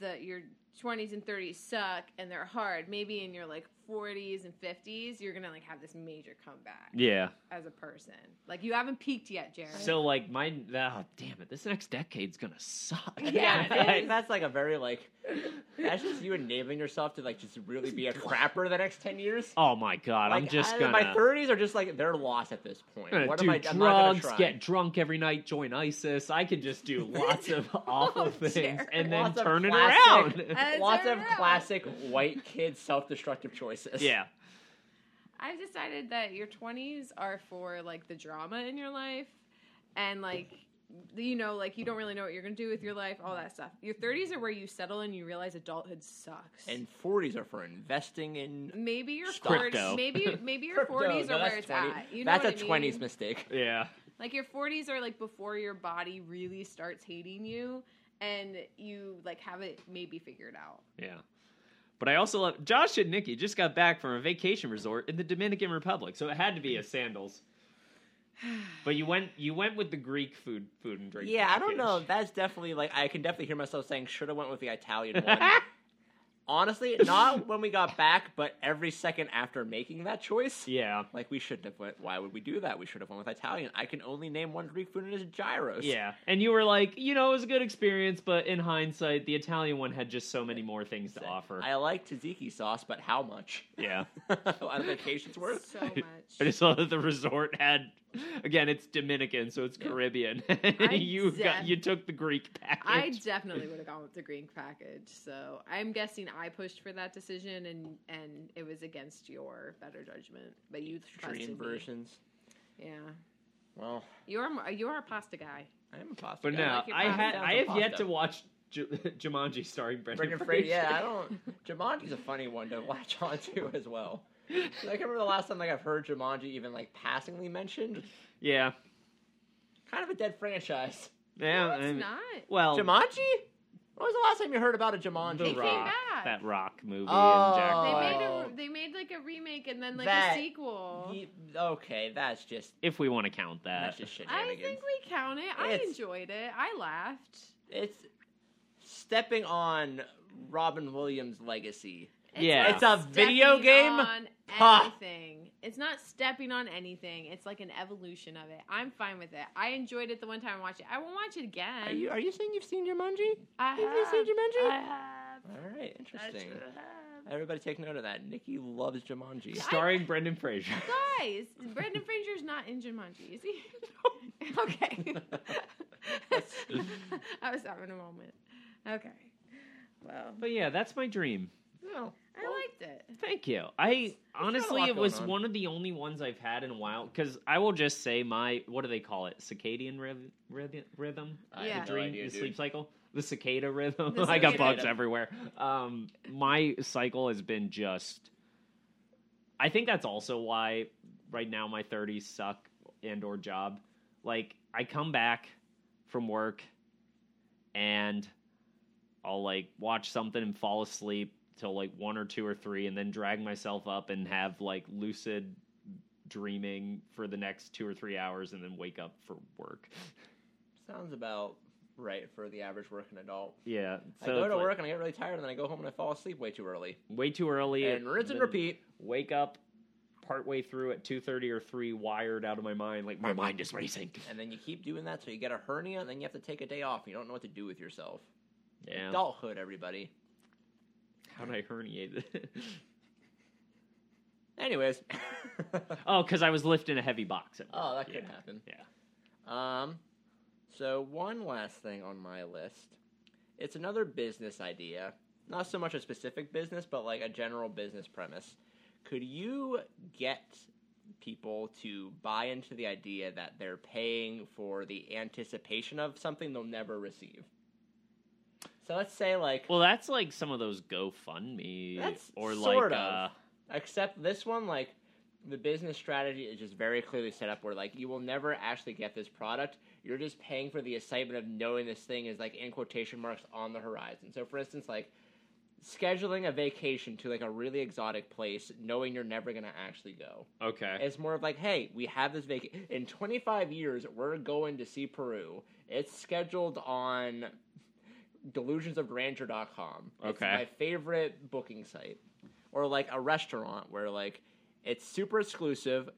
the your 20s and 30s suck and they're hard, maybe in your like 40s and 50s you're going to like have this major comeback yeah. as a person. Like you haven't peaked yet, Jared. So like my oh, damn it, this next decade's gonna suck. Yeah, Yeah, I Like, think that's like a very like that's just you enabling yourself to like just really be a crapper the next ten years. oh my god, I'm Like, just I- gonna. my thirties are just like they're lost at this point. I'm gonna What do am I? I'm not gonna drugs, try. get drunk every night, join ISIS. I could just do lots of awful Oh, things Jared. and then Lots of turn it plastic. around. Uh, Lots turn of it around. classic white kid self-destructive choices. yeah. I've decided that your 20s are for like the drama in your life and like you know, like you don't really know what you're going to do with your life, all that stuff. Your 30s are where you settle and you realize adulthood sucks. And 40s are for investing in. maybe your Crypto. 40s, maybe maybe your crypto. 40s No, are that's where it's 20. at. You know that's what a I mean? 20s mistake. Yeah. Like your 40s are like before your body really starts hating you and you like have it maybe figured out. Yeah. But I also love Josh and Nikki just got back from a vacation resort in the Dominican Republic, so it had to be a sandals. But you went you went with the Greek food food and drink. Yeah, I don't package. know. That's definitely like I can definitely hear myself saying should have went with the Italian one. Honestly, not when we got back, but every second after making that choice. Yeah. Like we shouldn't have went. Why would we do that? We should have went with Italian. I can only name one Greek food and it's gyros. Yeah. And you were like, you know, it was a good experience, but in hindsight, the Italian one had just so many more things to offer. I like tzatziki sauce, but how much? yeah. On vacation's worth. So much. I just saw that the resort had again, it's Dominican, so it's Yeah. Caribbean. I you got def- you took the Greek I package. definitely would have gone with the green package. So I'm guessing I pushed for that decision, and and it was against your better judgment. But you trusted Dream me. versions. Yeah, Well, you are you are a pasta guy. I'm a pasta but guy. no, like your I had pasta. I have yet Pasta. to watch J- Jumanji starring Brendan, Brendan Fraser. Yeah, I don't. Jumanji's a funny one to latch onto as well. Like, I remember the last time like I've heard Jumanji even like passingly mentioned. Yeah. Kind of a dead franchise. Yeah. no, it's I'm- not. Well, Jumanji? When was the last time you heard about a Jumanji? Um, The It came Rock, back. that Rock movie, Oh. and Jack They Black. made Oh. a, they made like a remake and then like That- a sequel. Ye- okay, that's just If we want to count that's that, just I shenanigans. think we count it. I It's- enjoyed it. I laughed. It's stepping on Robin Williams' legacy. It's Yeah. not It's a video stepping game? On Ha. anything. It's not stepping on anything. It's like an evolution of it. I'm fine with it. I enjoyed it the one time I watched it. I won't watch it again. Are you are you saying you've seen Jumanji? I Have you have. seen Jumanji? I have. All right, interesting. I have. Everybody take note of that. Nikki loves Jumanji. starring Brendan Fraser. Guys, Brendan Fraser's not in Jumanji, is he? okay. I was having a moment. Okay. Well, But yeah, that's my dream. No. I liked it. Thank you. I honestly, lot it was going on. one of the only ones I've had in a while. Because I will just say my what do they call it? Circadian ryth- ryth- rhythm. I Yeah. have no dream, idea, the dude. sleep cycle, the cicada rhythm. The I got cicada. bugs everywhere. Um, my cycle has been just. I think that's also why right now my 30s suck and or job. Like I come back from work and I'll like watch something and fall asleep till like one or two or three, and then drag myself up and have like lucid dreaming for the next two or three hours, and then wake up for work. Sounds about right for the average working adult. Yeah, I go it's to like- work and I get really tired, and then I go home and I fall asleep way too early. way too early and rinse and then repeat. Wake up partway through at two thirty or three, wired out of my mind. Like my mind is racing. And then you keep doing that, so you get a hernia, and then you have to take a day off. and You don't know what to do with yourself. Yeah, Adulthood, everybody. how would I herniate it? Anyways, oh, because I was lifting a heavy box. At oh, work. that yeah. could happen. Yeah. Um, so one last thing on my list. It's another business idea. Not so much a specific business, but like a general business premise. Could you get people to buy into the idea that they're paying for the anticipation of something they'll never receive? So let's say like Well, that's like some of those GoFundMe That's or sort like of. uh, Except this one, like the business strategy is just very clearly set up where like you will never actually get this product. You're just paying for the excitement of knowing this thing is like in quotation marks on the horizon. So for instance, like scheduling a vacation to like a really exotic place, knowing you're never gonna actually go. okay, It's more of like, hey, we have this vacation in 25 years. We're going to see Peru. It's scheduled on delusionsofgrandeur.com. It's Okay. my favorite booking site, or like a restaurant where like it's super exclusive,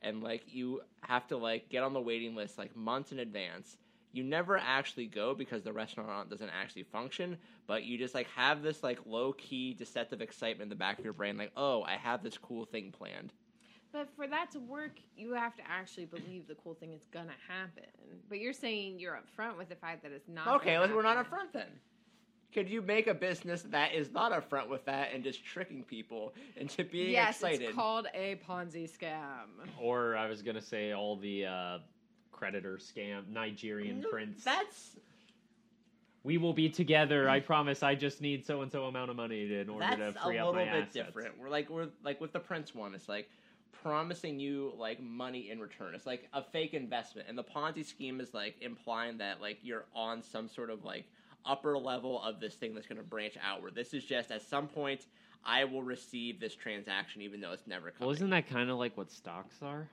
and like you have to like get on the waiting list like months in advance. You never actually go because the restaurant doesn't actually function, but you just like have this like low key deceptive excitement in the back of your brain, like, oh, I have this cool thing planned. But for that to work, you have to actually believe the cool thing is gonna happen. But you're saying you're upfront with the fact that it's not. Okay, gonna let's, we're not happen. upfront then. Could you make a business that is not upfront with that and just tricking people into being Yes, excited? it's called a Ponzi scam. or I was gonna say all the uh, creditor scam, Nigerian No, prince. That's we will be together. I promise. I just need so and so amount of money in order that's to a free little up my bit assets. different. We're like we're like with the Prince one, it's like promising you like money in return. It's like a fake investment, and the Ponzi scheme is like implying that like you're on some sort of like upper level of this thing that's going to branch outward. This is just at some point I will receive this transaction, even though it's never coming. Well, isn't that kind of like what stocks are?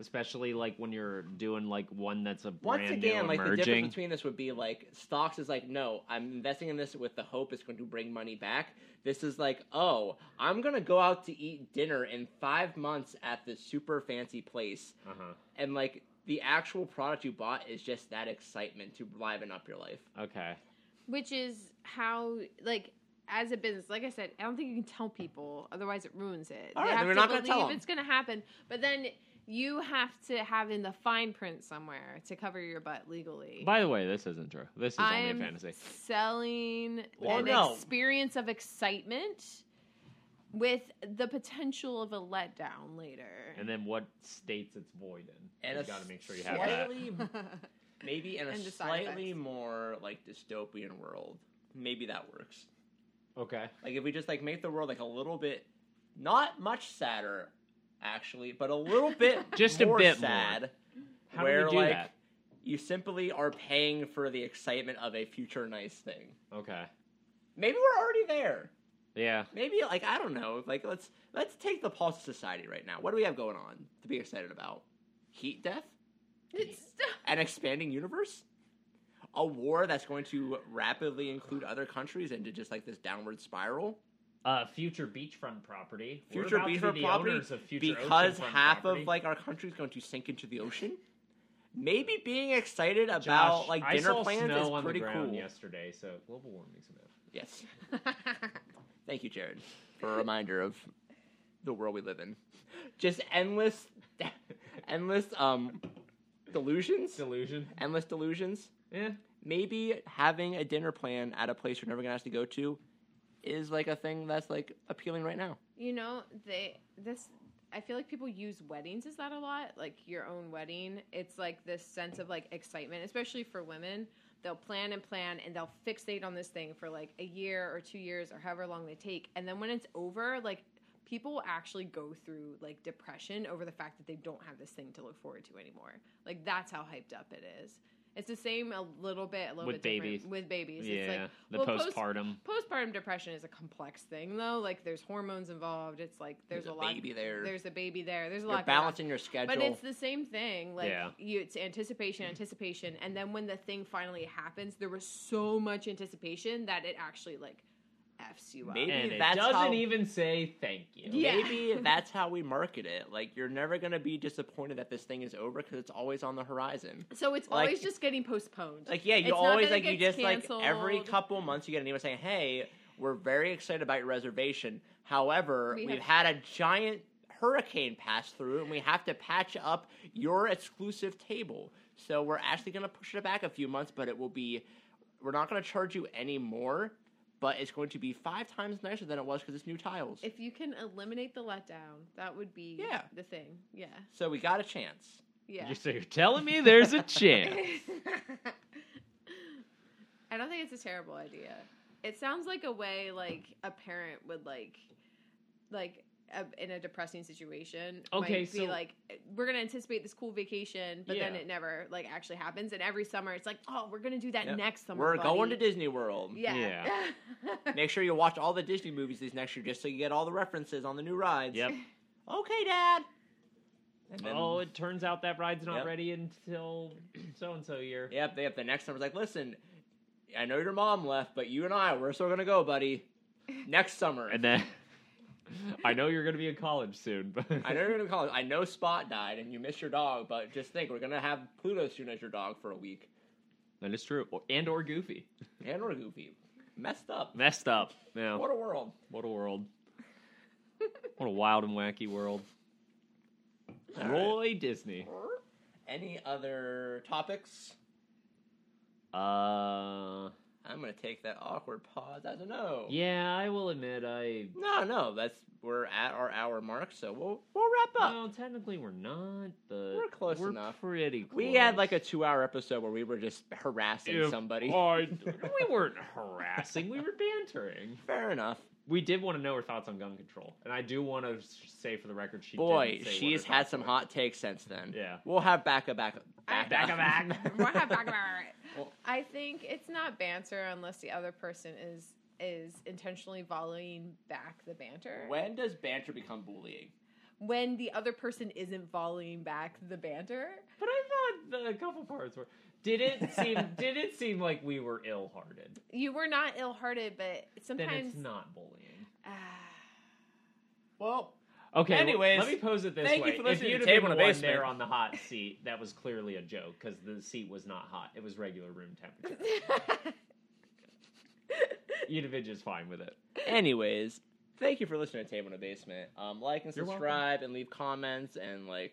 Especially like when you're doing like one that's a brand once again, new like the emerging. difference between this would be like stocks is like, no, I'm investing in this with the hope it's going to bring money back. This is like, oh, I'm going to go out to eat dinner in five months at this super fancy place. uh-huh. And like the actual product you bought is just that excitement to liven up your life. Okay. which is how like as a business like i said i don't think you can tell people otherwise it ruins it All they right, then have we're to not gonna believe tell them. it's going to happen but then you have to have in the fine print somewhere to cover your butt legally By the way, this isn't true. This is i'm only a fantasy. selling Well, an no. experience of excitement with the potential of a letdown later And then what states it's void in? And you a got to make sure you have that. slightly, maybe in a And the side slightly effects. more like dystopian world, maybe that works. Okay. Like if we just like make the world like a little bit, not much sadder, actually, but a little bit, Just a more bit more. sad. How where do we do like that? you simply are paying for the excitement of a future nice thing. Okay. Maybe we're already there. Yeah. Maybe like I don't know. Like let's let's take the pulse of society right now. What do we have going on to be excited about? Heat death? it's An expanding universe? A war that's going to rapidly include other countries into just like this downward spiral? Uh, future beachfront property. We're future about to be beachfront the property owners of future because oceanfront half property. of like our country is going to sink into the ocean. Maybe being excited about Josh, like I dinner saw plans snow is on pretty the ground cool. yesterday, so global warming's a myth. Yes. Thank you, Jared, for a reminder of the world we live in. Just endless, endless um, delusions, Delusion. endless delusions. Yeah. Maybe having a dinner plan at a place you're never gonna ask to go to is like a thing that's like appealing right now. You know, they this I feel like people use weddings is that a lot? Like your own wedding. It's like this sense of like excitement, especially for women. They'll plan and plan and they'll fixate on this thing for like a year or 2 years or however long they take. And then when it's over, like people will actually go through like depression over the fact that they don't have this thing to look forward to anymore. Like that's how hyped up it is. It's the same a little bit a little With bit different babies. with babies. yeah. It's like the well, post- postpartum. postpartum depression is a complex thing though like there's hormones involved it's like there's, There's a a, lot baby there. there's a baby there there's a You're lot going on. balancing your schedule. but it's the same thing like Yeah. you it's anticipation anticipation and then when the thing finally happens there was so much anticipation that it actually like f's you up Maybe and it that's doesn't how- even say thank you. Yeah. Maybe that's how we market it. Like you're never gonna be disappointed that this thing is over because it's always on the horizon. so it's Like- always just getting postponed Like yeah, you It's not always that like it you gets just like every canceled. couple months you get an email saying, "Hey, we're very excited about your reservation. However, We we have have- had a giant hurricane pass through, and we have to patch up your exclusive table. So we're actually gonna push it back a few months, but it will be. We're not gonna charge you any more." But it's going to be five times nicer than it was because it's new tiles. if you can eliminate the letdown that would be Yeah. the thing yeah so we got a chance. yeah You're- So you're telling me there's a chance. I don't think it's a terrible idea. It sounds like a way like a parent would like like a, in a depressing situation Okay, might be so- like we're going to anticipate this cool vacation but then Yeah. it never like actually happens and every summer it's like oh we're going to do that Yeah. next summer. We're buddy. going to Disney World. Yeah. Make sure you watch all the Disney movies these next year just so you get all the references on the new rides. Yep. Okay, Dad. And then- Oh, it turns out that ride's not Yep. ready until so and so year. Yep, they have the next summer's like, listen, I know your mom left, but you and I, we're still gonna go, buddy. Next summer. And then I know you're going to be in college soon, but I know you're gonna call it. I know Spot died and you miss your dog, but just think we're gonna have Pluto soon as your dog for a week. that is true. Or- And or goofy. And or Goofy. Messed up. Messed up. Yeah. What a world. What a world. what a wild and wacky world. All right. Roy Disney. Any other topics? Uh, I'm gonna take that awkward pause as a no. Yeah, I will admit I. No, no, that's we're at our hour mark, so we'll we'll wrap up. Well, technically we're not, but We're close enough. Pretty close. We had like a two-hour episode where we were just harassing If somebody. I- we weren't harassing. We were bantering. Fair enough. We did want to know her thoughts on gun control, and I do want to say for the record, she Boy, didn't say what she's her had thoughts some were. hot takes since then. Yeah. We'll have back a back I- back Back-a-back. Why not talk about it? Well- I think it's not banter unless the other person is is intentionally volleying back the banter. When does banter become bullying? When the other person isn't volleying back the banter, But I thought the, a couple parts were. Did it seem? did it seem like we were ill-hearted? you were not ill-hearted, but Then sometimes it's not bullying. Ah. Well, Okay. Anyways, let me pose it this thank you way: for listening if to you'd Table have been the in the one Basement. there on the hot seat, that was clearly a joke because the seat was not hot; it was regular room temperature. you'd have been just fine with it. anyways, thank you for listening to Table in the Basement. Um, like and You're welcome. subscribe and leave comments and like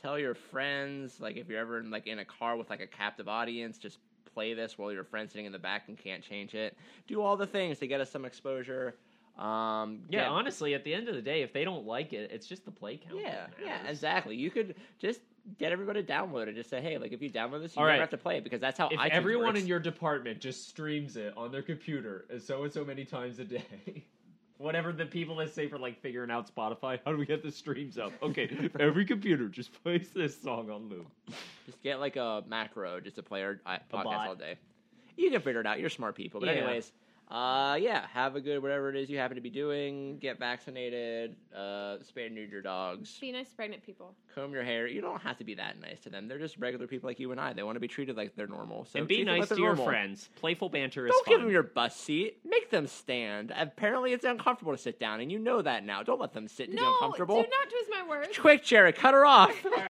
tell your friends. Like if you're ever in, like in a car with like a captive audience, just play this while your friend's sitting in the back and can't change it. Do all the things to get us some exposure. Um, Yeah, get- honestly, at the end of the day, if they don't like it, it's just the play count. Yeah, that yeah, matters. exactly. You could just get everybody to download it. Just say, hey, like if you download this, you All never right. have to play it because that's how If iTunes everyone works. in your department just streams it on their computer so and so many times a day, whatever the people that say for like figuring out Spotify, how do we get the streams up? Okay, if every computer just plays this song on loop. just get like a macro just to play our i- podcast bot. all day. You can figure it out. You're smart people. But Yeah. anyways, uh, yeah, have a good whatever it is you happen to be doing. Get vaccinated. Uh, spay and neuter your dogs. be nice to pregnant people. Comb your hair. You don't have to be that nice to them. They're just regular people like you and I. They want to be treated like they're normal. So and be treat them like nice they're to your normal. friends. Playful banter is Don't fun. give them your bus seat. Make them stand. Apparently, it's uncomfortable to sit down, and you know that now. Don't let them sit and be No, do uncomfortable. not twist my words. Quick, Jared, cut her off.